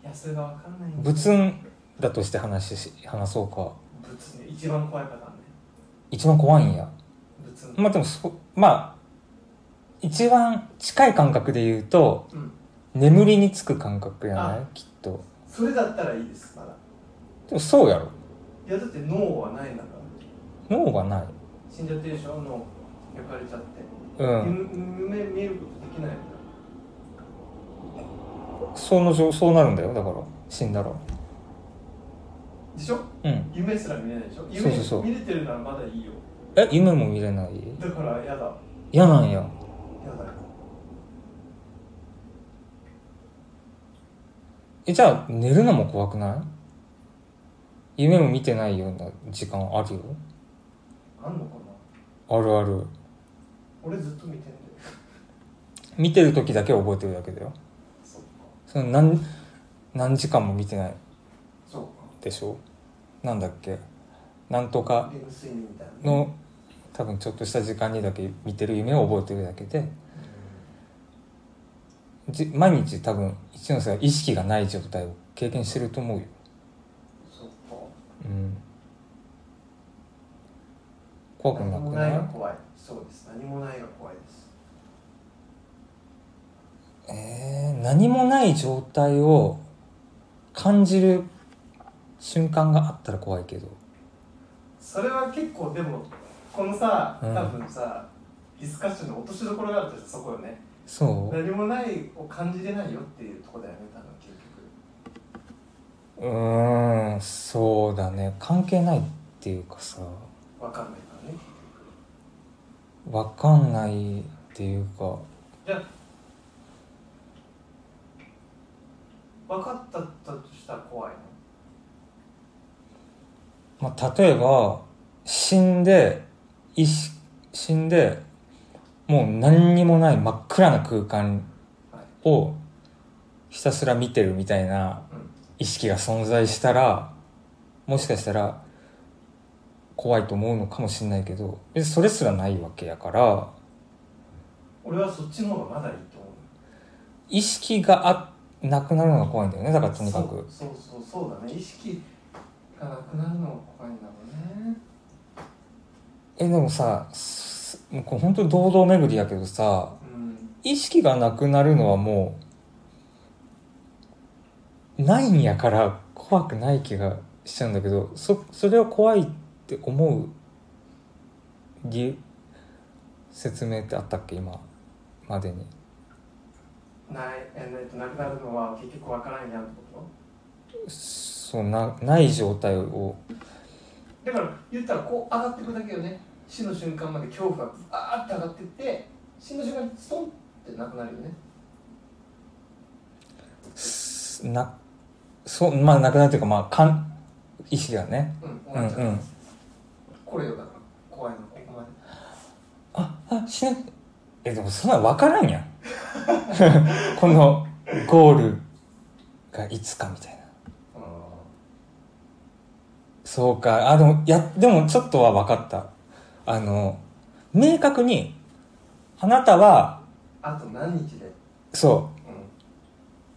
[SPEAKER 2] いやそれが分かんないんだよ
[SPEAKER 1] ぶつんだとして話し話そうか
[SPEAKER 2] ぶつね一番怖いパターンね
[SPEAKER 1] 一番怖いんや
[SPEAKER 2] ぶつん
[SPEAKER 1] まあでもそまあ一番近い感覚で言うと
[SPEAKER 2] うん
[SPEAKER 1] 眠りにつく感覚やない
[SPEAKER 2] あ
[SPEAKER 1] きっと
[SPEAKER 2] それだったらいいですまだ
[SPEAKER 1] でもそうやろ
[SPEAKER 2] いやだって脳はないんだから
[SPEAKER 1] 脳がない
[SPEAKER 2] 死んじゃってるでしょ脳焼かれちゃって、
[SPEAKER 1] うん
[SPEAKER 2] 夢夢見ることできないんだ
[SPEAKER 1] その状そうなるんだよだから死んだら
[SPEAKER 2] でしょ
[SPEAKER 1] うん
[SPEAKER 2] 夢すら見れないでしょ夢
[SPEAKER 1] そうそうそう
[SPEAKER 2] 見れてるならまだいいよ
[SPEAKER 1] え夢も見れない
[SPEAKER 2] だからやだやだよ
[SPEAKER 1] 嫌なんやえじゃあ寝るのも怖くない夢も見てないような時間あるよ
[SPEAKER 2] あんのかな
[SPEAKER 1] あるある
[SPEAKER 2] 俺ずっと見てんだよ
[SPEAKER 1] 見てる時だけ覚えてるだけだよ
[SPEAKER 2] そっか
[SPEAKER 1] その何何時間も見てない
[SPEAKER 2] そう
[SPEAKER 1] でしょなんだっけなんとか
[SPEAKER 2] かレム睡眠みたいなね
[SPEAKER 1] の多分ちょっとした時間にだけ見てる夢を覚えてるだけでじ毎日多分一ノ瀬は意識がない状態を経験してると思うよ
[SPEAKER 2] そっか
[SPEAKER 1] うん怖くな
[SPEAKER 2] 何
[SPEAKER 1] く
[SPEAKER 2] も
[SPEAKER 1] な
[SPEAKER 2] ない
[SPEAKER 1] い
[SPEAKER 2] が怖いそうです何もないが怖いです
[SPEAKER 1] えー何もない状態を感じる瞬間があったら怖いけど
[SPEAKER 2] それは結構でもこのさ多
[SPEAKER 1] うん
[SPEAKER 2] 分さ、ディスカッションの落としどころがあるとしたらそこよね
[SPEAKER 1] そう
[SPEAKER 2] 何もないを感じれないよっていうとこだよね多分結局
[SPEAKER 1] うーんそうだね関係ないっていうかさ
[SPEAKER 2] わかんないからね
[SPEAKER 1] わかんないっていうか
[SPEAKER 2] じゃあ分かったったとしたら怖いの
[SPEAKER 1] まあ、例えば死んで意識死んでもう何にもない真っ暗な空間をひたすら見てるみたいな
[SPEAKER 2] うん
[SPEAKER 1] 意識が存在したらもしかしたら怖いと思うのかもしれないけど別にそれすらないわけやから
[SPEAKER 2] 俺はそっちの方がまだいいと思う
[SPEAKER 1] 意識があなくなるのが怖いんだよねだからとにか
[SPEAKER 2] そう
[SPEAKER 1] く
[SPEAKER 2] そうそうそうだね意識がなくなるのが怖いんだろうね
[SPEAKER 1] えでもさすもうこれ本当に堂々巡りやけどさ
[SPEAKER 2] うん
[SPEAKER 1] 意識がなくなるのはもうないんやから怖くない気がしちゃうんだけどそそれを怖いって思う理由説明ってあったっけ今までに
[SPEAKER 2] ないえっとなくなるのは結局わからんやんってこと
[SPEAKER 1] そうなない状態を
[SPEAKER 2] だから言ったらこう上がっていくだけよね死の瞬間まで恐怖がバーって上がっていって死の瞬間にストンってなくなるよね
[SPEAKER 1] すなそうまあなくなるというかまあかん意識がね
[SPEAKER 2] うん終
[SPEAKER 1] うんう
[SPEAKER 2] わっちゃう、
[SPEAKER 1] ん
[SPEAKER 2] これよだから怖いのここまで
[SPEAKER 1] ああ死ぬえでもそんなん分からんやん このゴールがいつかみたいなそうかあでもいやでもちょっとは分かったあの明確にあなたは
[SPEAKER 2] あと何日で、うん、
[SPEAKER 1] そう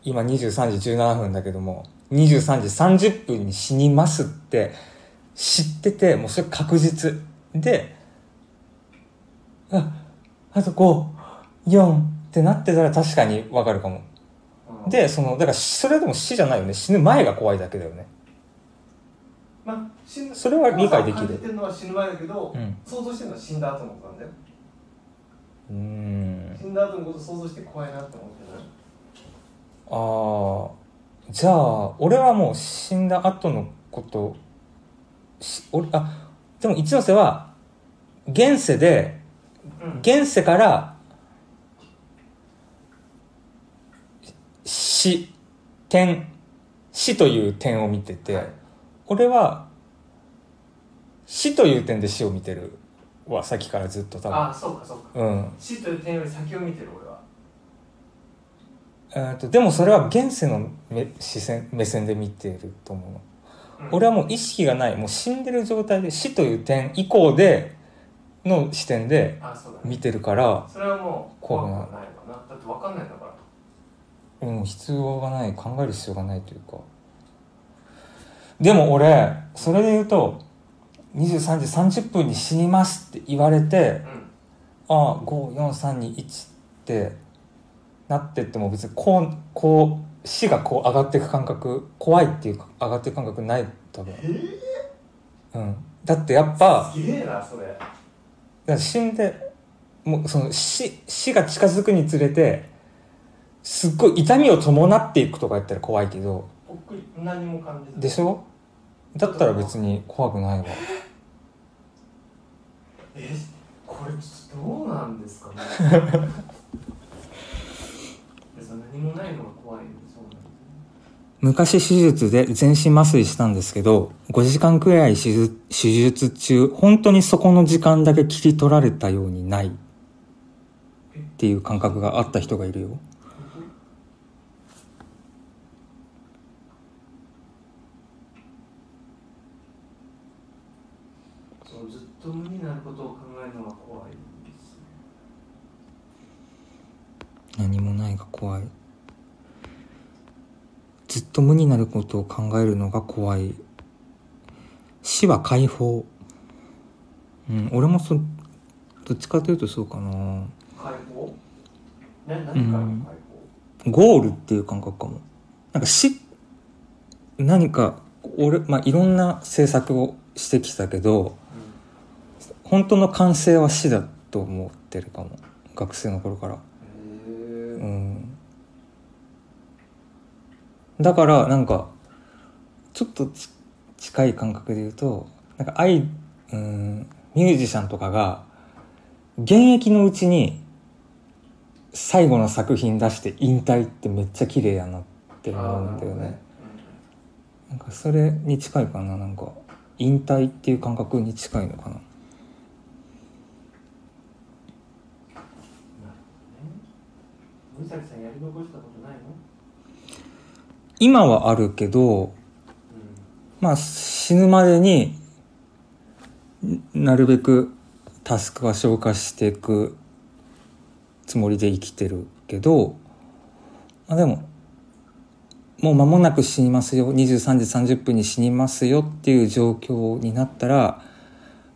[SPEAKER 1] 今23時17分だけども23時30分に死にますって知っててもうそれ確実でああと54ってなってたら確かに分かるかも
[SPEAKER 2] うん
[SPEAKER 1] で、その、だからそれでも死じゃないよね。死ぬ前が怖いだけだよね。
[SPEAKER 2] まあ、死ぬ
[SPEAKER 1] それは理解できる
[SPEAKER 2] 怖さを感じてるのは死ぬ前だけど、
[SPEAKER 1] うん。
[SPEAKER 2] 想像してるのは死んだ後のことなんだよ
[SPEAKER 1] うーん。
[SPEAKER 2] 死んだ後のこと想像して怖いなって思ってる
[SPEAKER 1] ああ、じゃあ、俺はもう死んだ後のこと、し俺、あ、でも一ノ瀬は、現世で、
[SPEAKER 2] うん
[SPEAKER 1] 現世から、し死、点、死という点を見てて、俺は、死という点で死を見てるは、さっきからずっと多分。
[SPEAKER 2] ああそうかそうか
[SPEAKER 1] うん。
[SPEAKER 2] 死という点より先を見てる俺は
[SPEAKER 1] えー、とでもそれは現世の目視線目線で見ていると思うの
[SPEAKER 2] うん
[SPEAKER 1] 俺はもう意識がないもう死んでる状態で死という点以降での視点で
[SPEAKER 2] あそうだね
[SPEAKER 1] 見てるから
[SPEAKER 2] それはもう怖くはないわなだって分かんないんだから
[SPEAKER 1] もう必要がない考える必要がないというかでも俺それで言うと23時30分に死にますって言われて
[SPEAKER 2] うん
[SPEAKER 1] ああ54321ってなってっても別にこうこう死がこう上がっていく感覚怖いっていうか上がっていく感覚ない多分、
[SPEAKER 2] え
[SPEAKER 1] うん、だってやっぱ
[SPEAKER 2] すげえなそれ
[SPEAKER 1] だから死んでもうその死死が近づくにつれてすっごい痛みを伴っていくとかやったら怖いけど
[SPEAKER 2] ぽっくり何も感じず
[SPEAKER 1] でしょだったら別に怖くないわ
[SPEAKER 2] えこれちょっとどうなんですか ねでその何もないのが怖いんでそうなんですね
[SPEAKER 1] 昔手術で全身麻酔したんですけど5時間くらい手術手術中本当にそこの時間だけ切り取られたようにないっていう感覚があった人がいるよ
[SPEAKER 2] そうずっと無になることを考えるのが怖いですね
[SPEAKER 1] 何もないが怖いずっと無になることを考えるのが怖い死は解放うん俺もそどっちかというとそうかな
[SPEAKER 2] 解放な何からの解
[SPEAKER 1] ゴールっていう感覚かもなんか死何か俺、まあ、いろんな政策をしてきたけど本当の完成は死だと思ってるかも学生の頃から
[SPEAKER 2] 放、うん、へえ
[SPEAKER 1] うんだからなんかちょっとち近い感覚で言うとなんかアイうんミュージシャンとかが現役のうちに最後の作品出して引退ってめっちゃ綺麗やなって思うんだよねなんかそれに近いかななんか引退っていう感覚に近いのかな
[SPEAKER 2] なるほどね森崎さんやり残したことないの、
[SPEAKER 1] 今はあるけどまあ死ぬまでにんなるべくタスクは消化していくつもりで生きてるけど、まあ、でももう間もなく死にますよ23時30分に死にますよっていう状況になったら、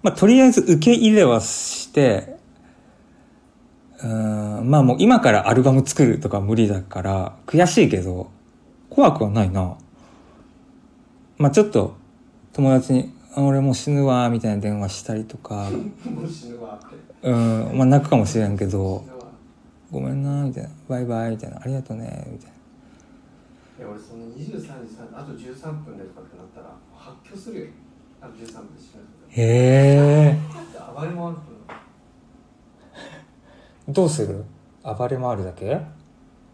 [SPEAKER 1] まあ、とりあえず受け入れはしてうーんまあもう今からアルバム作るとか無理だから悔しいけど怖くはないな。まあちょっと友達に「あ俺もう死ぬわ」みたいな電話したりとか
[SPEAKER 2] うん、もう死ぬわって
[SPEAKER 1] うんまあ泣くかもしれんけ
[SPEAKER 2] 死
[SPEAKER 1] ど
[SPEAKER 2] ぬわ
[SPEAKER 1] 「ごめんな」みたいな「バイバイ」みたいな「ありがとね」みたいない
[SPEAKER 2] や俺その23時3あと13分でとかってなったら発狂するよあと13分で死ぬ
[SPEAKER 1] へえ
[SPEAKER 2] とか暴れ回るから
[SPEAKER 1] どうする暴れ回るだけ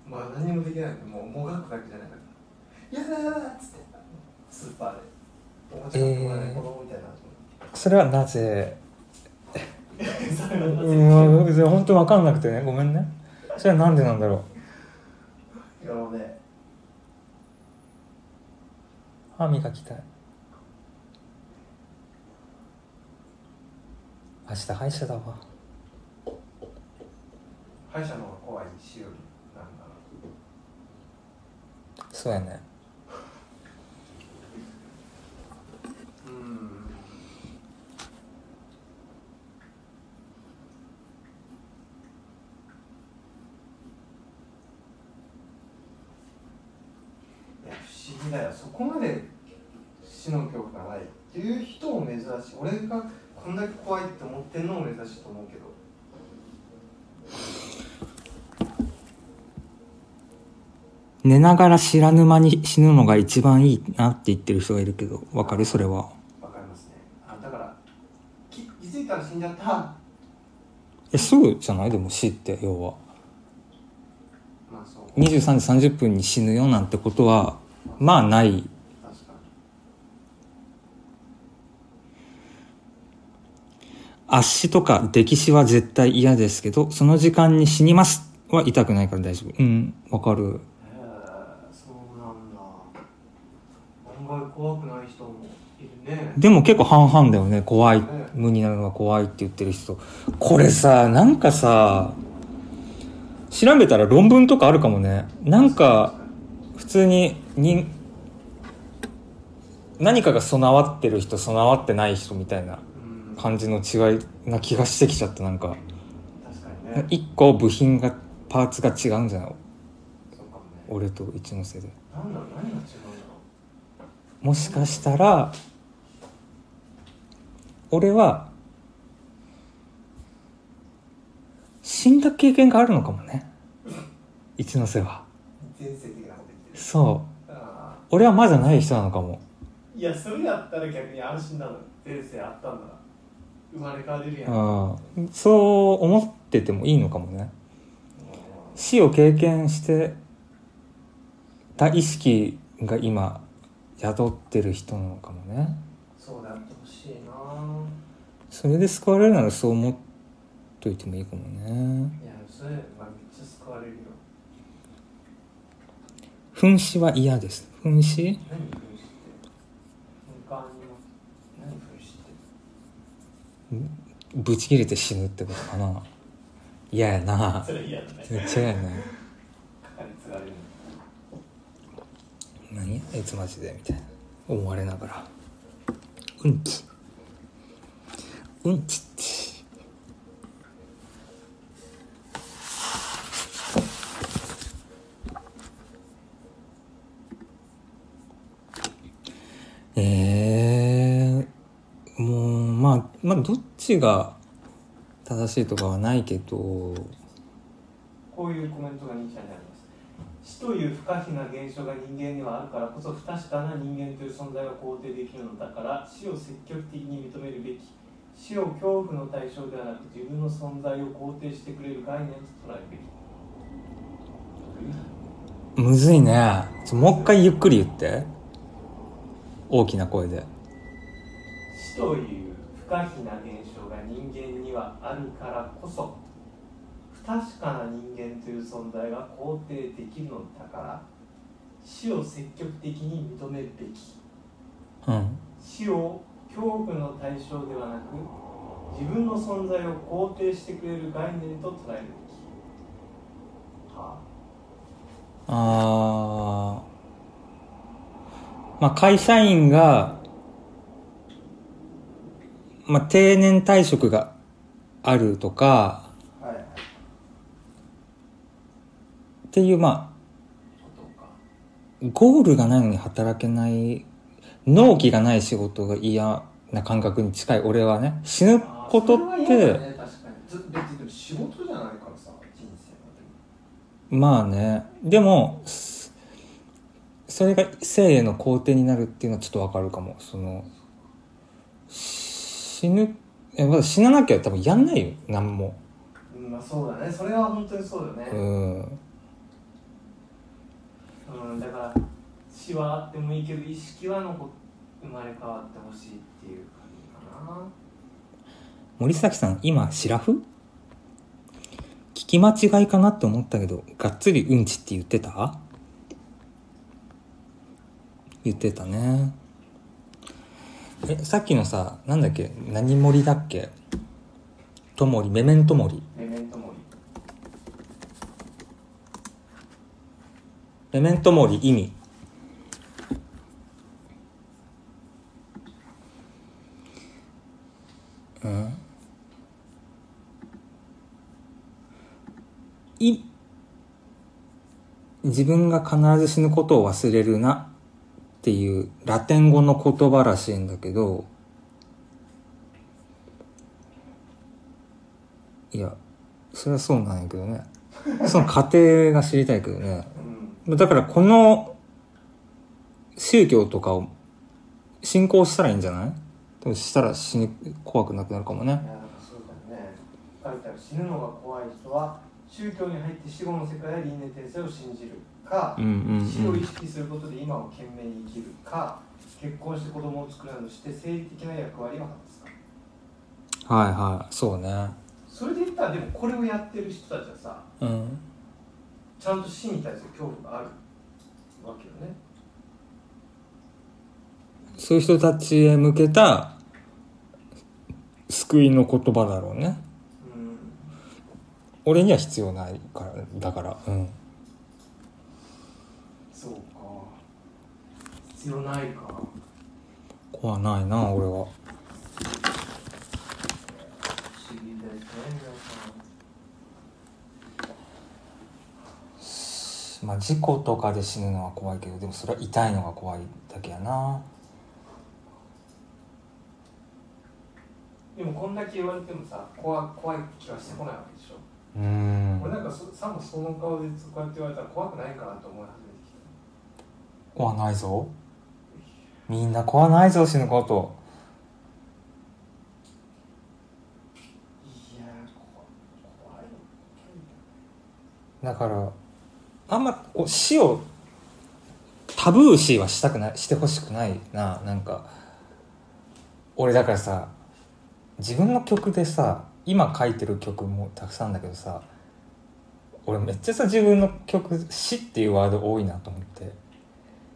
[SPEAKER 2] まあ何もできないんだもうもがくだけじゃないからやだーっつってスーパーでおもちゃのない子供みたいな、
[SPEAKER 1] それはなぜ
[SPEAKER 2] それ
[SPEAKER 1] う
[SPEAKER 2] はなぜ
[SPEAKER 1] ん別に本当わかんなくてねごめんねそれはなんでなんだろう
[SPEAKER 2] いやもうね
[SPEAKER 1] 歯磨きたい明日歯医者だわ
[SPEAKER 2] 歯医者の方が怖いしよりなんだな
[SPEAKER 1] そうやね
[SPEAKER 2] うんいや不思議だよそこまで死の恐怖がないっていう人を珍しい俺がこんだけ怖いって思ってんのも珍しいと思うけど
[SPEAKER 1] 寝ながら知らぬ間に死ぬのが一番いいなって言ってる人がいるけどわかるそれは
[SPEAKER 2] わかりますねあだからき気づいたら死んじゃった
[SPEAKER 1] えすぐじゃないでも死って要は
[SPEAKER 2] まあそう
[SPEAKER 1] 23時30分に死ぬよなんてことはまあない
[SPEAKER 2] 確かに
[SPEAKER 1] 圧死とか溺死は絶対嫌ですけどその時間に死にますは痛くないから大丈夫うんわかる
[SPEAKER 2] 外怖くない人もいるね
[SPEAKER 1] でも結構半々だよね怖い
[SPEAKER 2] ええ
[SPEAKER 1] 無になるのが怖いって言ってる人これさなんかさ調べたら論文とかあるかもねなんか普通に人何かが備わってる人備わってない人みたいな
[SPEAKER 2] うん確か
[SPEAKER 1] 感じの違いな気がしてきちゃったなんか
[SPEAKER 2] にね
[SPEAKER 1] 一個部品がパーツが違うんじゃない
[SPEAKER 2] そうかもね
[SPEAKER 1] 俺と一ノ瀬で
[SPEAKER 2] なんだろう何が違うんだろ
[SPEAKER 1] もしかしたら俺は死んだ経験があるのかもね一ノ瀬は
[SPEAKER 2] う前世的なこと言ってる
[SPEAKER 1] そう
[SPEAKER 2] ああ
[SPEAKER 1] 俺はまだない人なのかも
[SPEAKER 2] いやそれやったら逆に安心なの前世あったんだ生まれ変われるやん、
[SPEAKER 1] うんそう思っててもいいのかもね死を経験してた意識が今宿ってる人なのかもね
[SPEAKER 2] そうなってほしいな
[SPEAKER 1] それで救われるならそう思っといてもいいかもね
[SPEAKER 2] いやそれ、まあ、めっちゃ救われるよ
[SPEAKER 1] 噴死は嫌です噴死
[SPEAKER 2] 何噴死って瞬間の何噴死って
[SPEAKER 1] ぶち切れて死ぬってことかな嫌やな
[SPEAKER 2] それ嫌 だね
[SPEAKER 1] めっちゃ嫌やね
[SPEAKER 2] かかりつがれる
[SPEAKER 1] 何あいつマジでみたいな思われながらうんちうんちっちえー、もうまあまあどっちが正しいとかはないけど
[SPEAKER 2] こういうコメントが兄ちゃんにあります死という不可避な現象が人間にはあるからこそ不確かな人間という存在を肯定できるのだから死を積極的に認めるべき死を恐怖の対象ではなく自分の存在を肯定してくれる概念と捉えるべき
[SPEAKER 1] むずいねちょもう一回ゆっくり言って大きな声で
[SPEAKER 2] 死という不可避な現象が人間にはあるからこそ不確かな人間という存在が肯定できるのだから死を積極的に認めるべき
[SPEAKER 1] うん
[SPEAKER 2] 死を恐怖の対象ではなく自分の存在を肯定してくれる概念と捉えるべき、は
[SPEAKER 1] あーまあ会社員が、まあ、定年退職があるとか
[SPEAKER 2] あ、はいはい
[SPEAKER 1] っていうま
[SPEAKER 2] ことか
[SPEAKER 1] あゴールがないのに働けない納期がない仕事が嫌な感覚に近い俺はね死ぬことっ
[SPEAKER 2] それは嫌だ
[SPEAKER 1] て
[SPEAKER 2] ね、確かにず別にでも仕事じゃないからさ人生はでも
[SPEAKER 1] まあねでもすそれが生への肯定になるっていうのはちょっとわかるかもその死ぬえまだ死ななきゃ多分やんないよ何も
[SPEAKER 2] うんまあそうだねそれは本当にそうだよ
[SPEAKER 1] う
[SPEAKER 2] ね、
[SPEAKER 1] ん
[SPEAKER 2] うん、だから死はあってもいいけど意識は残っ生まれ変わってほしいっていう感じかな
[SPEAKER 1] 森崎さん今シラフ聞き間違いかなって思ったけどがっつりうんちって言ってた言ってたねえさっきのさなんだっけ何森だっけともりメメントモリ
[SPEAKER 2] メメントモリ
[SPEAKER 1] メメントモリ意味うんい自分が必ず死ぬことを忘れるなっていうラテン語の言葉らしいんだけどいやそれはそうなんやけどねその過程が知りたいけどね
[SPEAKER 2] うん
[SPEAKER 1] だからこの宗教とかを信仰したらいいんじゃないでもしたら死に怖くなくなるかも
[SPEAKER 2] い
[SPEAKER 1] ね。
[SPEAKER 2] やそうだよね書いてある死ぬのが怖い人は宗教に入って死後の世界や輪廻転生を信じるか、
[SPEAKER 1] うん
[SPEAKER 2] 死を意識することで今を懸命に生きるか結婚して子供を作るなどして生理的な役割を果たすか
[SPEAKER 1] はいはい、そうね。
[SPEAKER 2] それで言ったらでもこれをやってる人たちはさ
[SPEAKER 1] うん。
[SPEAKER 2] ちゃんと死に対する恐怖があるわけよね
[SPEAKER 1] そういう人たちへ向けた救いの言葉だろうね
[SPEAKER 2] うん
[SPEAKER 1] 俺には必要ないからだからうん
[SPEAKER 2] そうか必要ないか
[SPEAKER 1] 怖ないな俺は
[SPEAKER 2] 不思議だよね
[SPEAKER 1] まあ事故とかで死ぬのは怖いけどでもそれは痛いのが怖いだけやな
[SPEAKER 2] 皆さんでもこんだけ言われてもさ怖怖い気はしてこないわけでしょ、
[SPEAKER 1] うん
[SPEAKER 2] 俺なんかそさもその顔でこうやって言われたら怖くないかなと思い始めてきた
[SPEAKER 1] 怖ないぞみんな怖ないぞ死ぬこと
[SPEAKER 2] いやー怖怖い
[SPEAKER 1] だからあんまこう死をタブー視はしたくないしてほしくないななんか俺だからさ自分の曲でさ今書いてる曲もたくさんだけどさ俺めっちゃさ自分の曲「死」っていうワード多いなと思って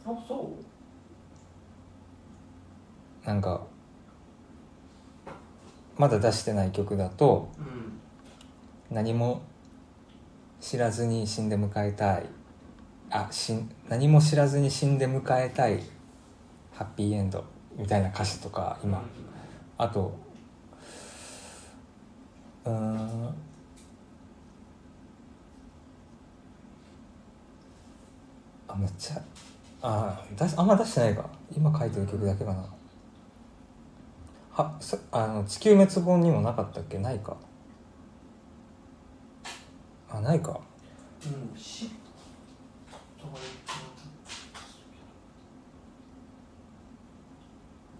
[SPEAKER 2] あそう
[SPEAKER 1] なんかまだ出してない曲だと
[SPEAKER 2] うん
[SPEAKER 1] 何も知らずに死んで迎えたいあしん何も知らずに死んで迎えたいハッピーエンドみたいな歌詞とか今あとうーんあめっちゃあ出しあんま出してないか今書いてる曲だけかなはそあの地球滅亡にもなかったっけないかあないか
[SPEAKER 2] うん死とか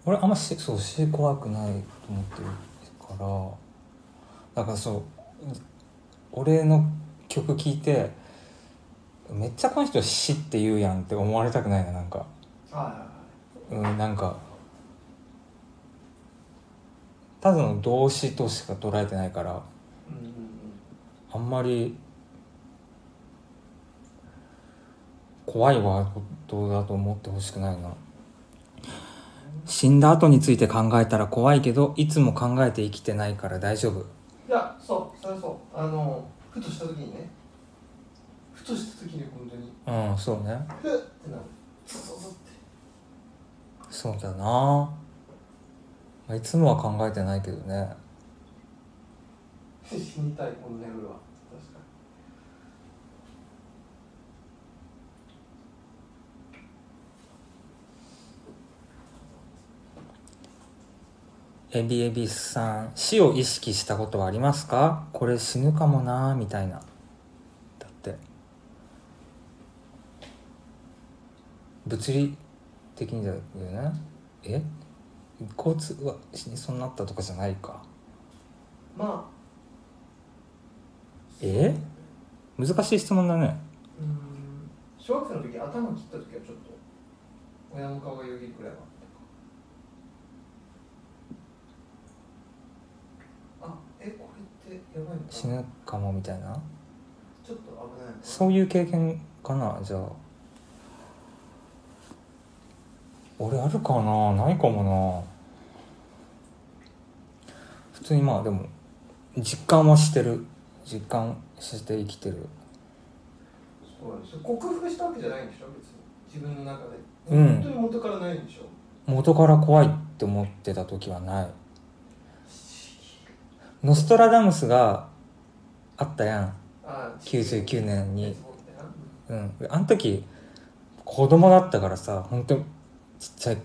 [SPEAKER 1] 俺あんましそう死怖くないと思ってるからだからそう俺の曲聴いてめっちゃこの人死って言うやんって思われたくないななんか
[SPEAKER 2] はいはいはい
[SPEAKER 1] うんなんかただの動詞としか捉えてないから
[SPEAKER 2] うんうん
[SPEAKER 1] あんまり怖いワードだと思ってほしくないな死んだ後について考えたら怖いけどいつも考えて生きてないから大丈夫
[SPEAKER 2] いやそうそれはそうあのふとした時にねふとした時に本当に
[SPEAKER 1] うんそうね
[SPEAKER 2] ふってなるそうそうそうって
[SPEAKER 1] そうだな、まあ、いつもは考えてないけどね
[SPEAKER 2] 死にたいこの夜は確か
[SPEAKER 1] エビエビさん死を意識したことはありますかこれ死ぬかもなみたいなだって物理的にだよねえ交通は死にそうになったとかじゃないか
[SPEAKER 2] にま
[SPEAKER 1] え難しい質問だね
[SPEAKER 2] あうーん小学生の時頭切った時はちょっと親の顔がよぎるくらいはあったかあえこれってやばいのかな
[SPEAKER 1] 死ぬかもみたいな
[SPEAKER 2] ちょっと危ないのかな
[SPEAKER 1] そういう経験かなじゃあ俺あるかなないかもな普通にまあでも実感はしてる実感して生きてる
[SPEAKER 2] そうなんですよ克服したわけじゃないんでしょ別に自分の中で、
[SPEAKER 1] うん
[SPEAKER 2] 本当に元からないんでしょ
[SPEAKER 1] 元から怖いって思ってた時はないノストラダムスがあったやん
[SPEAKER 2] ああ
[SPEAKER 1] 99年に
[SPEAKER 2] そうだよな
[SPEAKER 1] うん、あの時子供だったからさ本当にちっちゃい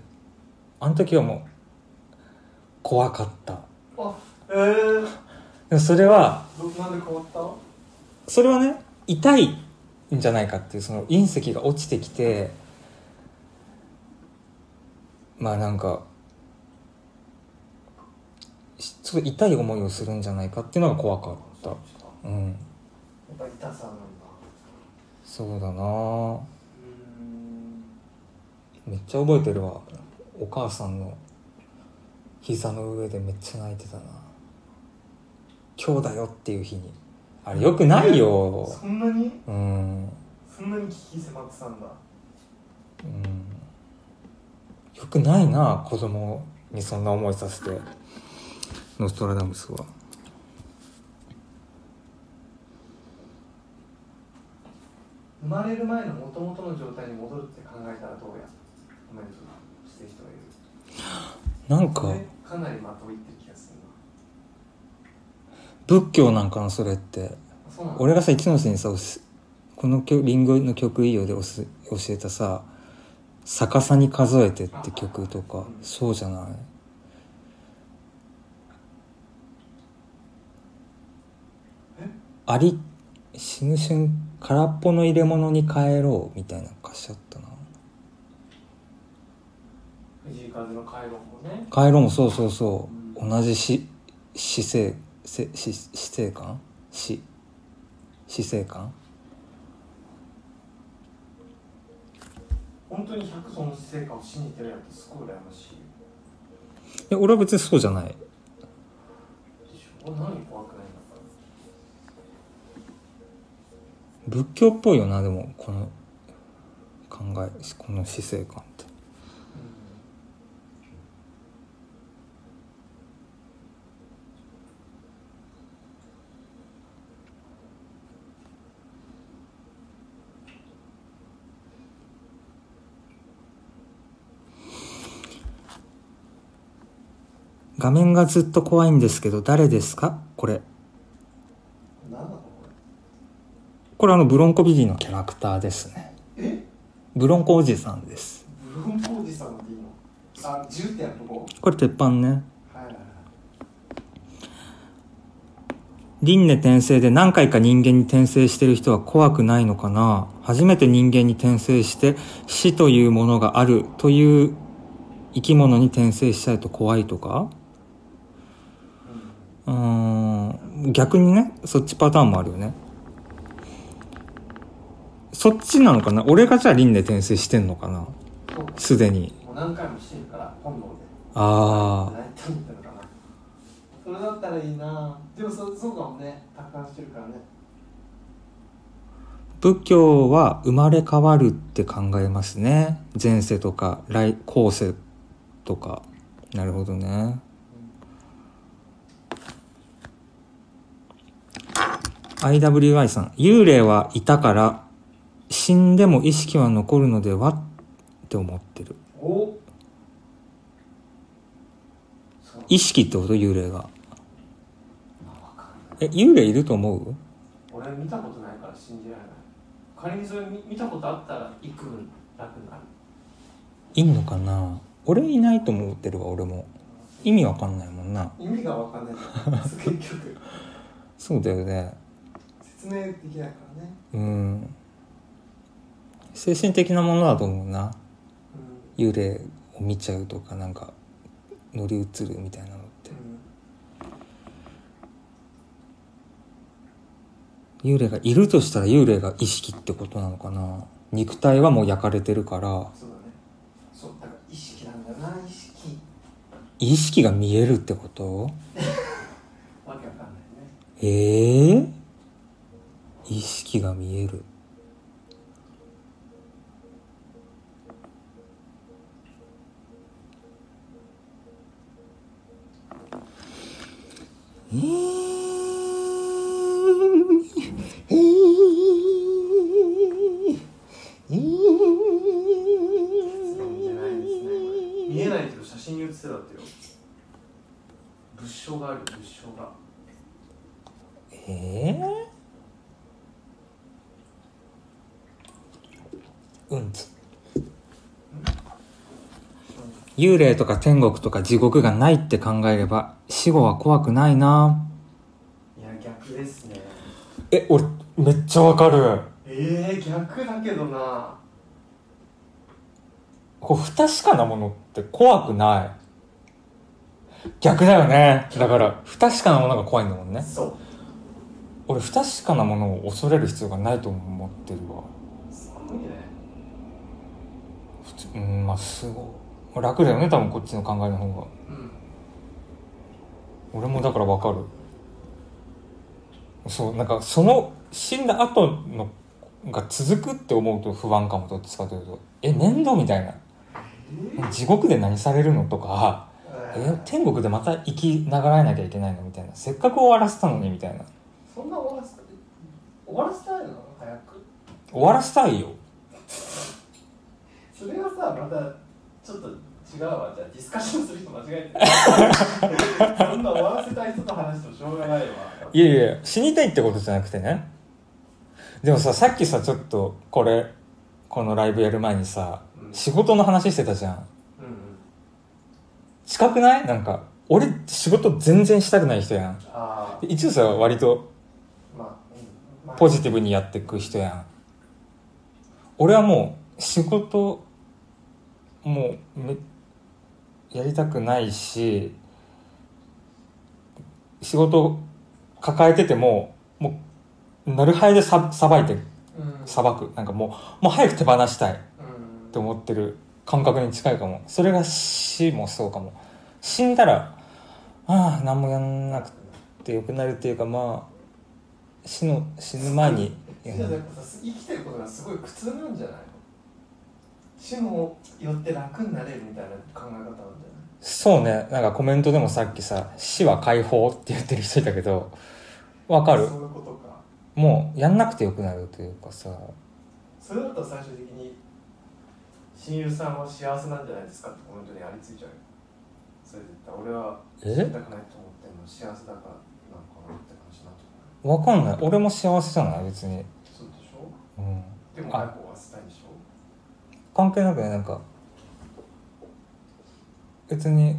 [SPEAKER 1] あの時はもう怖かった
[SPEAKER 2] あえー、
[SPEAKER 1] でもそれは
[SPEAKER 2] どなんで変わった
[SPEAKER 1] それはね痛いんじゃないかっていうその隕石が落ちてきてまあなんかしちょっと痛い思いをするんじゃないかっていうのが怖かっ
[SPEAKER 2] やった
[SPEAKER 1] うん
[SPEAKER 2] ぱ痛さなんだ
[SPEAKER 1] そうだな
[SPEAKER 2] うーん
[SPEAKER 1] めっちゃ覚えてるわお母さんの膝の上でめっちゃ泣いてたな今日だよっていう日にあれよくないよ
[SPEAKER 2] そんなに
[SPEAKER 1] うんうん
[SPEAKER 2] そんなに危機迫ってたんだ
[SPEAKER 1] 今日よくないな子供にそんな思いさせてノストラダムスは
[SPEAKER 2] 生まれる前の元々の状態に戻るって考えたらどうやコメントしてる人がいる
[SPEAKER 1] なん
[SPEAKER 2] こ
[SPEAKER 1] か
[SPEAKER 2] れかなりまといってる気がするな
[SPEAKER 1] 仏教なんかのそれって
[SPEAKER 2] あそうなの
[SPEAKER 1] 俺がさ一ノ瀬にさおすこの曲リンゴの曲いいよでおす教えたさ「逆さに数えて」って曲とかそうじゃない
[SPEAKER 2] え
[SPEAKER 1] あり死ぬ瞬空っぽの入れ物に帰ろうみたいな歌詞あったな
[SPEAKER 2] 藤井風の回路もね
[SPEAKER 1] 帰ろうもそうそうそう同じし姿勢せし姿勢感し姿勢感
[SPEAKER 2] 本当に100その成果を信じてるやつすごい羨ましい
[SPEAKER 1] いや俺は別にそうじゃない
[SPEAKER 2] でしょ何怖くないんだから
[SPEAKER 1] 仏教っぽいよなでもこの考えこの姿勢感って画面がずっと怖いんですけど誰ですかこれ
[SPEAKER 2] うん何だこ
[SPEAKER 1] これあのブロンコビリーのキャラクターですね
[SPEAKER 2] れえ
[SPEAKER 1] ブロンコおじさんです
[SPEAKER 2] ブロンコおじさんのでいいのあ10点のとこ
[SPEAKER 1] これ鉄板ね
[SPEAKER 2] はいはいはい
[SPEAKER 1] 輪廻転生で何回か人間に転生してる人は怖くないのかな初めて人間に転生して死というものがあるという生き物に転生しちゃうと怖いとかうーん逆にねそっちパターンもあるよねそっちなのかな俺がじゃあ輪廻転生してんのかな
[SPEAKER 2] そう
[SPEAKER 1] すでに
[SPEAKER 2] もう何回もしてるから本能で
[SPEAKER 1] ああ
[SPEAKER 2] 何て言ったのかなそれだったらいいなでもそそうかもね達観してるからね
[SPEAKER 1] 仏教は生まれ変わるって考えますね前世とか来後世とかなるほどね
[SPEAKER 2] う
[SPEAKER 1] IWI さん幽霊はいたから死んでも意識は残るのではって思ってる
[SPEAKER 2] んおそう
[SPEAKER 1] 意識ってこと幽霊が
[SPEAKER 2] まあわかんない
[SPEAKER 1] え幽霊いると思う
[SPEAKER 2] 俺見たことないから信じられない仮にそれ見見たことあったら幾分楽になる
[SPEAKER 1] いんのかな俺いないと思ってるわ俺も意味わかんないもんな
[SPEAKER 2] 意味がわかんない 結局
[SPEAKER 1] そうだよね
[SPEAKER 2] 説明できないからね
[SPEAKER 1] うん精神的なものだと思うな
[SPEAKER 2] うん
[SPEAKER 1] 幽霊を見ちゃうとかなんか乗り移るみたいなのって幽霊がいるとしたら幽霊が意識ってことなのかな肉体はもう焼かれてるから
[SPEAKER 2] そうだねそうだから意識なんだよな意識
[SPEAKER 1] 意識が見えるってこと
[SPEAKER 2] わけわかんないね
[SPEAKER 1] ええ意識が見えるえーえーえ
[SPEAKER 2] そうじゃないですね見えないけど写真に写ってたってよ物証がある物証が
[SPEAKER 1] えー、うんつ幽霊とか天国とか地獄がないって考えれば死後は怖くないない
[SPEAKER 2] や逆ですね
[SPEAKER 1] え俺めっちゃわかる
[SPEAKER 2] えー、逆だけどな
[SPEAKER 1] こう不確かなものって怖くない逆だよねだから不確かなものが怖いんだもんね
[SPEAKER 2] そう
[SPEAKER 1] 俺不確かなものを恐れる必要がないと思ってるわ
[SPEAKER 2] すごいね
[SPEAKER 1] 普通うんまあすごい楽だよね多分こっちの考えの方が
[SPEAKER 2] うん
[SPEAKER 1] 俺もだからわかるそうなんかその死んだ後のが続くって思うと不安かもどっちかというとえ面倒みたいな地獄で何されるのとか、え天国でまた生きながらえなきゃいけないのみたいなせっかく終わらせたのにみたいな
[SPEAKER 2] そんな終わらせた終わらせたいの早く
[SPEAKER 1] 終わらせたいよ
[SPEAKER 2] それはさまたちょっと違うわじゃあディスカッションする人間違えてるそんな終わらせたい人と話してもしょうがないわ
[SPEAKER 1] いやいや死にたいってことじゃなくてねでもささっきさちょっとこれこのライブやる前にさ
[SPEAKER 2] うん
[SPEAKER 1] 仕事の話してたじゃん
[SPEAKER 2] うんうん
[SPEAKER 1] 近くないなんか俺仕事全然したくない人やん
[SPEAKER 2] ああ
[SPEAKER 1] 一応さ割と
[SPEAKER 2] まあ、うんまあ、
[SPEAKER 1] ポジティブにやってく人やん俺はもう仕事もうめやりたくないし仕事抱えててももうなるはいでささばいて
[SPEAKER 2] うん
[SPEAKER 1] さばくなんかもうもう早く手放したい
[SPEAKER 2] うん
[SPEAKER 1] って思ってる感覚に近いかもそれが死もそうかも死んだらああ何もやんなくてよくなるっていうかまあ死の死ぬ前に
[SPEAKER 2] じゃあやっぱさ生きてることがすごい苦痛なんじゃないの死もよって楽になれるみたいな考え方なんじゃない
[SPEAKER 1] そうねなんかコメントでもさっきさ「死は解放」って言ってる人いたけどわかる
[SPEAKER 2] そういうことか
[SPEAKER 1] もうやんなくてよくなるというかさ
[SPEAKER 2] それだったら最終的に親友さんは幸せなんじゃないですかってコメントにありついちゃうよそれ絶対俺は死
[SPEAKER 1] え
[SPEAKER 2] にたくないと思ってんの幸せだからなんかなって話になってくる
[SPEAKER 1] わかんない俺も幸せじゃない別に、
[SPEAKER 2] そうでしょ
[SPEAKER 1] うん、
[SPEAKER 2] でも
[SPEAKER 1] あ
[SPEAKER 2] 早く終わらせたいでしょ
[SPEAKER 1] 関係なくねなんか別に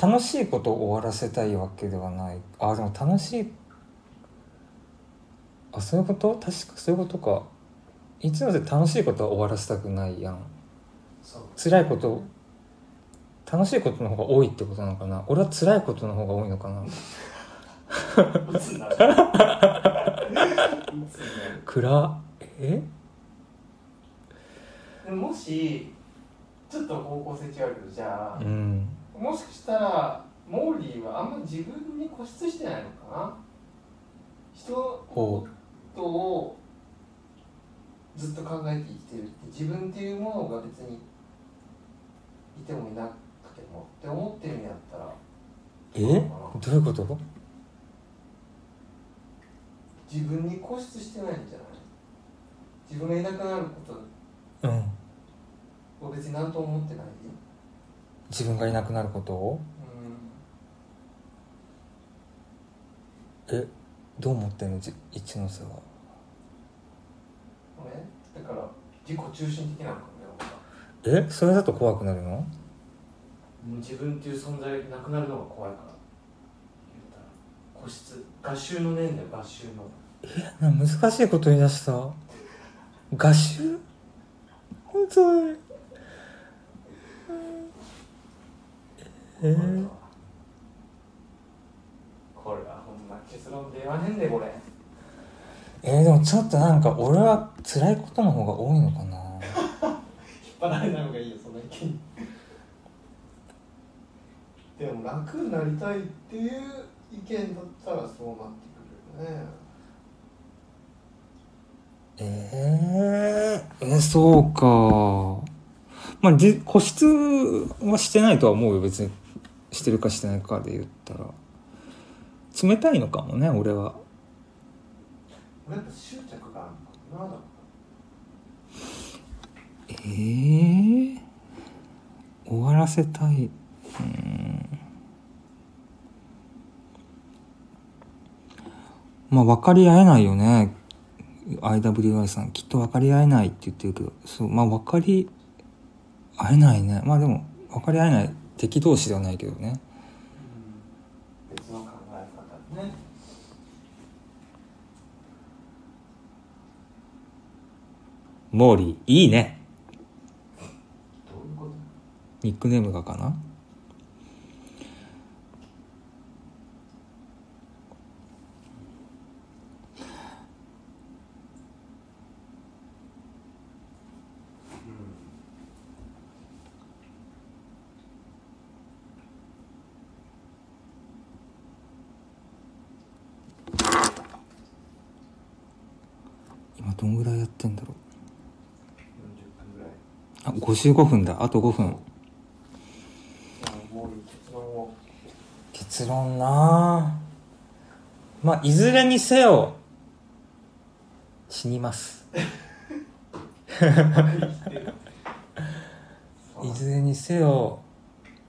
[SPEAKER 1] 楽しいことを終わらせたいわけではないあでも楽しいあそういうこと確かそういうことかいつまで楽しいことは終わらせたくないやん
[SPEAKER 2] そう
[SPEAKER 1] 辛いこと楽しいことの方が多いってことなのかな俺は辛いことの方が多いのかな
[SPEAKER 2] 鬱に なる鬱になる
[SPEAKER 1] 暗え
[SPEAKER 2] でももしちょっと方向性違うけどじゃあ
[SPEAKER 1] う、ん
[SPEAKER 2] もしかしたらモーリーはあんま自分に固執してないのかな人
[SPEAKER 1] ほ
[SPEAKER 2] をずっと考えて生きてるって自分っていうものが別にいてもいなくてもって思ってるんやったら
[SPEAKER 1] えどういうこと
[SPEAKER 2] 自分に固執してないんじゃない自分がいなくなること
[SPEAKER 1] うん
[SPEAKER 2] を別に何とも思ってない
[SPEAKER 1] 自分がいなくなることを
[SPEAKER 2] うん
[SPEAKER 1] えどう思ってんのじ一ノ瀬は
[SPEAKER 2] ごめんだから自己中心的なのかもね俺は
[SPEAKER 1] えそれだと怖くなるの
[SPEAKER 2] もう自分っていう存在がなくなるのが怖いから言ったら個室合衆の念だよ合衆の
[SPEAKER 1] な難しいこと言い出した画集本当にえー、
[SPEAKER 2] これはほんま結論で言わねんでこれ
[SPEAKER 1] えーでもちょっとなんか俺は辛いことの方が多いのかな
[SPEAKER 2] 引っ張られない方がいいよその意見でも楽になりたいっていう意見だったらそうなってくるよね
[SPEAKER 1] えー、えそうかまあじ固執はしてないとは思うよ別にしてるかしてないかで言ったら冷たいのかもね俺は
[SPEAKER 2] 俺やっぱ執着があるのかなだから
[SPEAKER 1] えー、終わらせたい。うーん。まあ、分かり合えないよね。IWI さん、きっと分かり合えないって言ってるけど、そう、まあ、分かり合えないね。まあでも、分かり合えない敵同士ではないけどね。
[SPEAKER 2] 別の考え方ね
[SPEAKER 1] モーリー、いいね。
[SPEAKER 2] どういうこと
[SPEAKER 1] ニックネームがかな今どんぐらいやってんだろ
[SPEAKER 2] 40分ぐらいう
[SPEAKER 1] あ55分だあと5分
[SPEAKER 2] もういい結論を
[SPEAKER 1] 結論なあまあいずれにせよ死にます
[SPEAKER 2] そう
[SPEAKER 1] いずれにせよ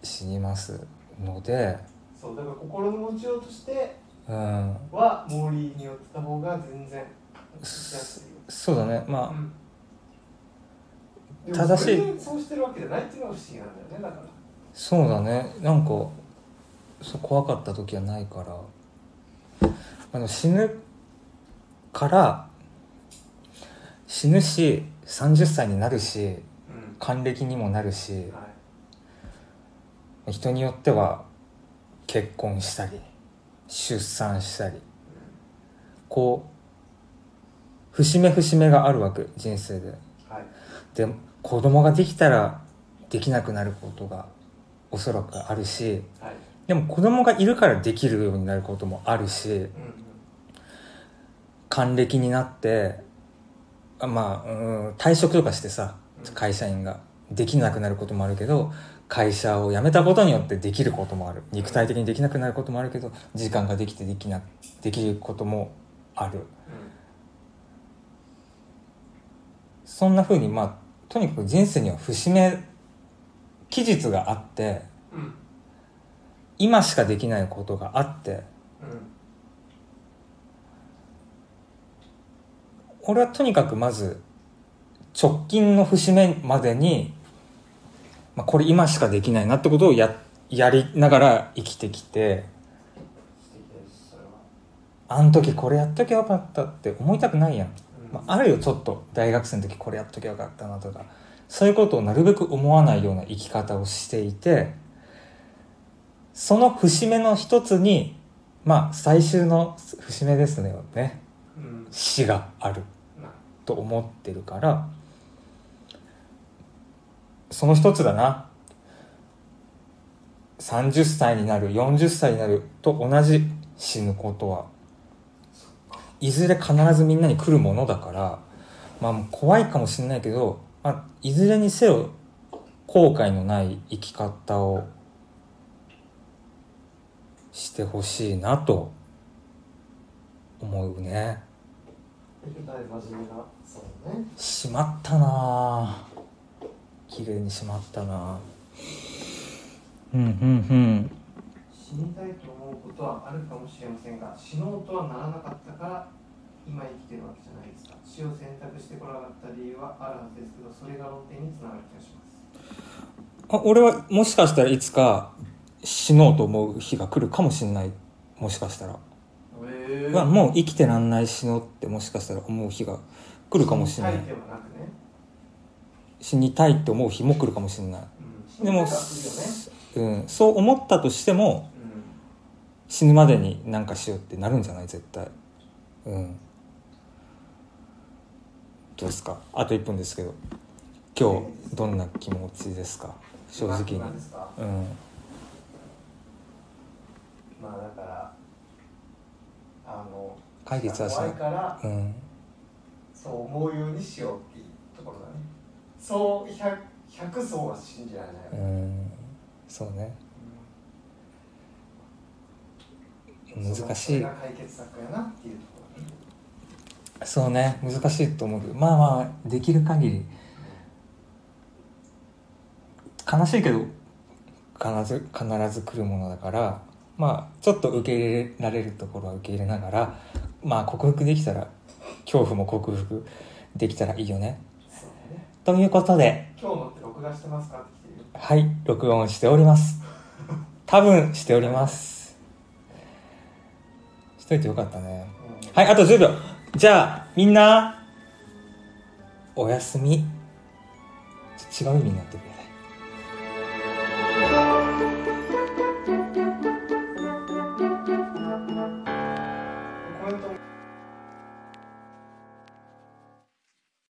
[SPEAKER 1] 死にますので
[SPEAKER 2] そうだから心の持ちようとして
[SPEAKER 1] うん
[SPEAKER 2] はモーリーに寄ってた方が全然
[SPEAKER 1] すそうだねまあ
[SPEAKER 2] でも
[SPEAKER 1] 正しい
[SPEAKER 2] 全然そうしてるわけじゃないっていうのが不思議なんだよねだから
[SPEAKER 1] そうだねなんかそう怖かった時はないからあの死ぬから死ぬし30歳になるし
[SPEAKER 2] うん
[SPEAKER 1] 還暦にもなるし
[SPEAKER 2] はい
[SPEAKER 1] 人によっては結婚したり出産したりこう節目節目があるわけ人生で
[SPEAKER 2] はい
[SPEAKER 1] で子供ができたらできなくなることがおそらくあるし
[SPEAKER 2] はい
[SPEAKER 1] でも子供がいるからできるようになることもあるし
[SPEAKER 2] うんうん
[SPEAKER 1] 還暦になってあまあ、うん、退職とかしてさ
[SPEAKER 2] うん
[SPEAKER 1] 会社員ができなくなることもあるけど会社を辞めたことによってできることもある肉体的にできなくなることもあるけど時間ができてできなできることもあるそんな風にまあとにかく人生には節目期日があって
[SPEAKER 2] うんうん
[SPEAKER 1] 今しかできないことがあって
[SPEAKER 2] うん
[SPEAKER 1] 俺はとにかくまず直近の節目までに、まあ、これ今しかできないなってことをややりながら生きてきて
[SPEAKER 2] 素敵ですそれは
[SPEAKER 1] あの時これやっときゃよかったって思いたくないやん、
[SPEAKER 2] うん
[SPEAKER 1] まあ、あるよちょっと大学生の時これやっときゃよかったなとかそういうことをなるべく思わないような生き方をしていてその節目の一つにまあ最終の節目ですねね
[SPEAKER 2] うん
[SPEAKER 1] 死がある。
[SPEAKER 2] な
[SPEAKER 1] と思ってるからその一つだな30歳になる40歳になると同じ死ぬことはいずれ必ずみんなに来るものだからまあもう怖いかもしれないけど、まあ、いずれにせよ後悔のない生き方をしてほしいなと思うね。
[SPEAKER 2] 絶対真面目なそうね
[SPEAKER 1] しまったなぁ綺麗にしまったなぁうんうん
[SPEAKER 2] 死にたいと思うことはあるかもしれませんが死のうとはならなかったから今生きてるわけじゃないですか死を選択してこなかった理由はあるはずですけどそれが論点につながる気がします
[SPEAKER 1] うんあ俺はもしかしたらいつか死のうと思う日が来るかもしれないもしかしたら、
[SPEAKER 2] え
[SPEAKER 1] はもう生きてらんない死のうってもしかしたら思う日が来るかもしれない
[SPEAKER 2] 死にたいではなくね、
[SPEAKER 1] 死にたいって思う日も来るかもしれない
[SPEAKER 2] うん、死
[SPEAKER 1] で
[SPEAKER 2] にたい
[SPEAKER 1] も
[SPEAKER 2] はす
[SPEAKER 1] うん、そう思ったとしても
[SPEAKER 2] るよね、
[SPEAKER 1] 死ぬまでに何かしようってなるんじゃない絶対うんどうですかあと1分ですけど今日どんな気持ちですか正直に
[SPEAKER 2] まあなんですか
[SPEAKER 1] うん
[SPEAKER 2] まあだからあの
[SPEAKER 1] 解決はしな
[SPEAKER 2] 怖
[SPEAKER 1] い
[SPEAKER 2] いから
[SPEAKER 1] うん
[SPEAKER 2] そう思うようにしようっていうところだねそう 100, 100層は信じられない、
[SPEAKER 1] うんそうね難
[SPEAKER 2] そ
[SPEAKER 1] し
[SPEAKER 2] れ
[SPEAKER 1] い
[SPEAKER 2] が解決策やなっていうところね
[SPEAKER 1] そうね難しいと思うけどまあまあできる限り悲しいけど必ず必ず来るものだからまあちょっと受け入れられるところは受け入れながらまあ克服できたら恐怖も克服できたらいいよね
[SPEAKER 2] そうだね
[SPEAKER 1] ということで
[SPEAKER 2] 今日のって録画してますかって来てるよ
[SPEAKER 1] はい録音しております多分しておりますしといてよかったねはいあと10秒じゃあみんなおやすみちょ違う意味になってくれ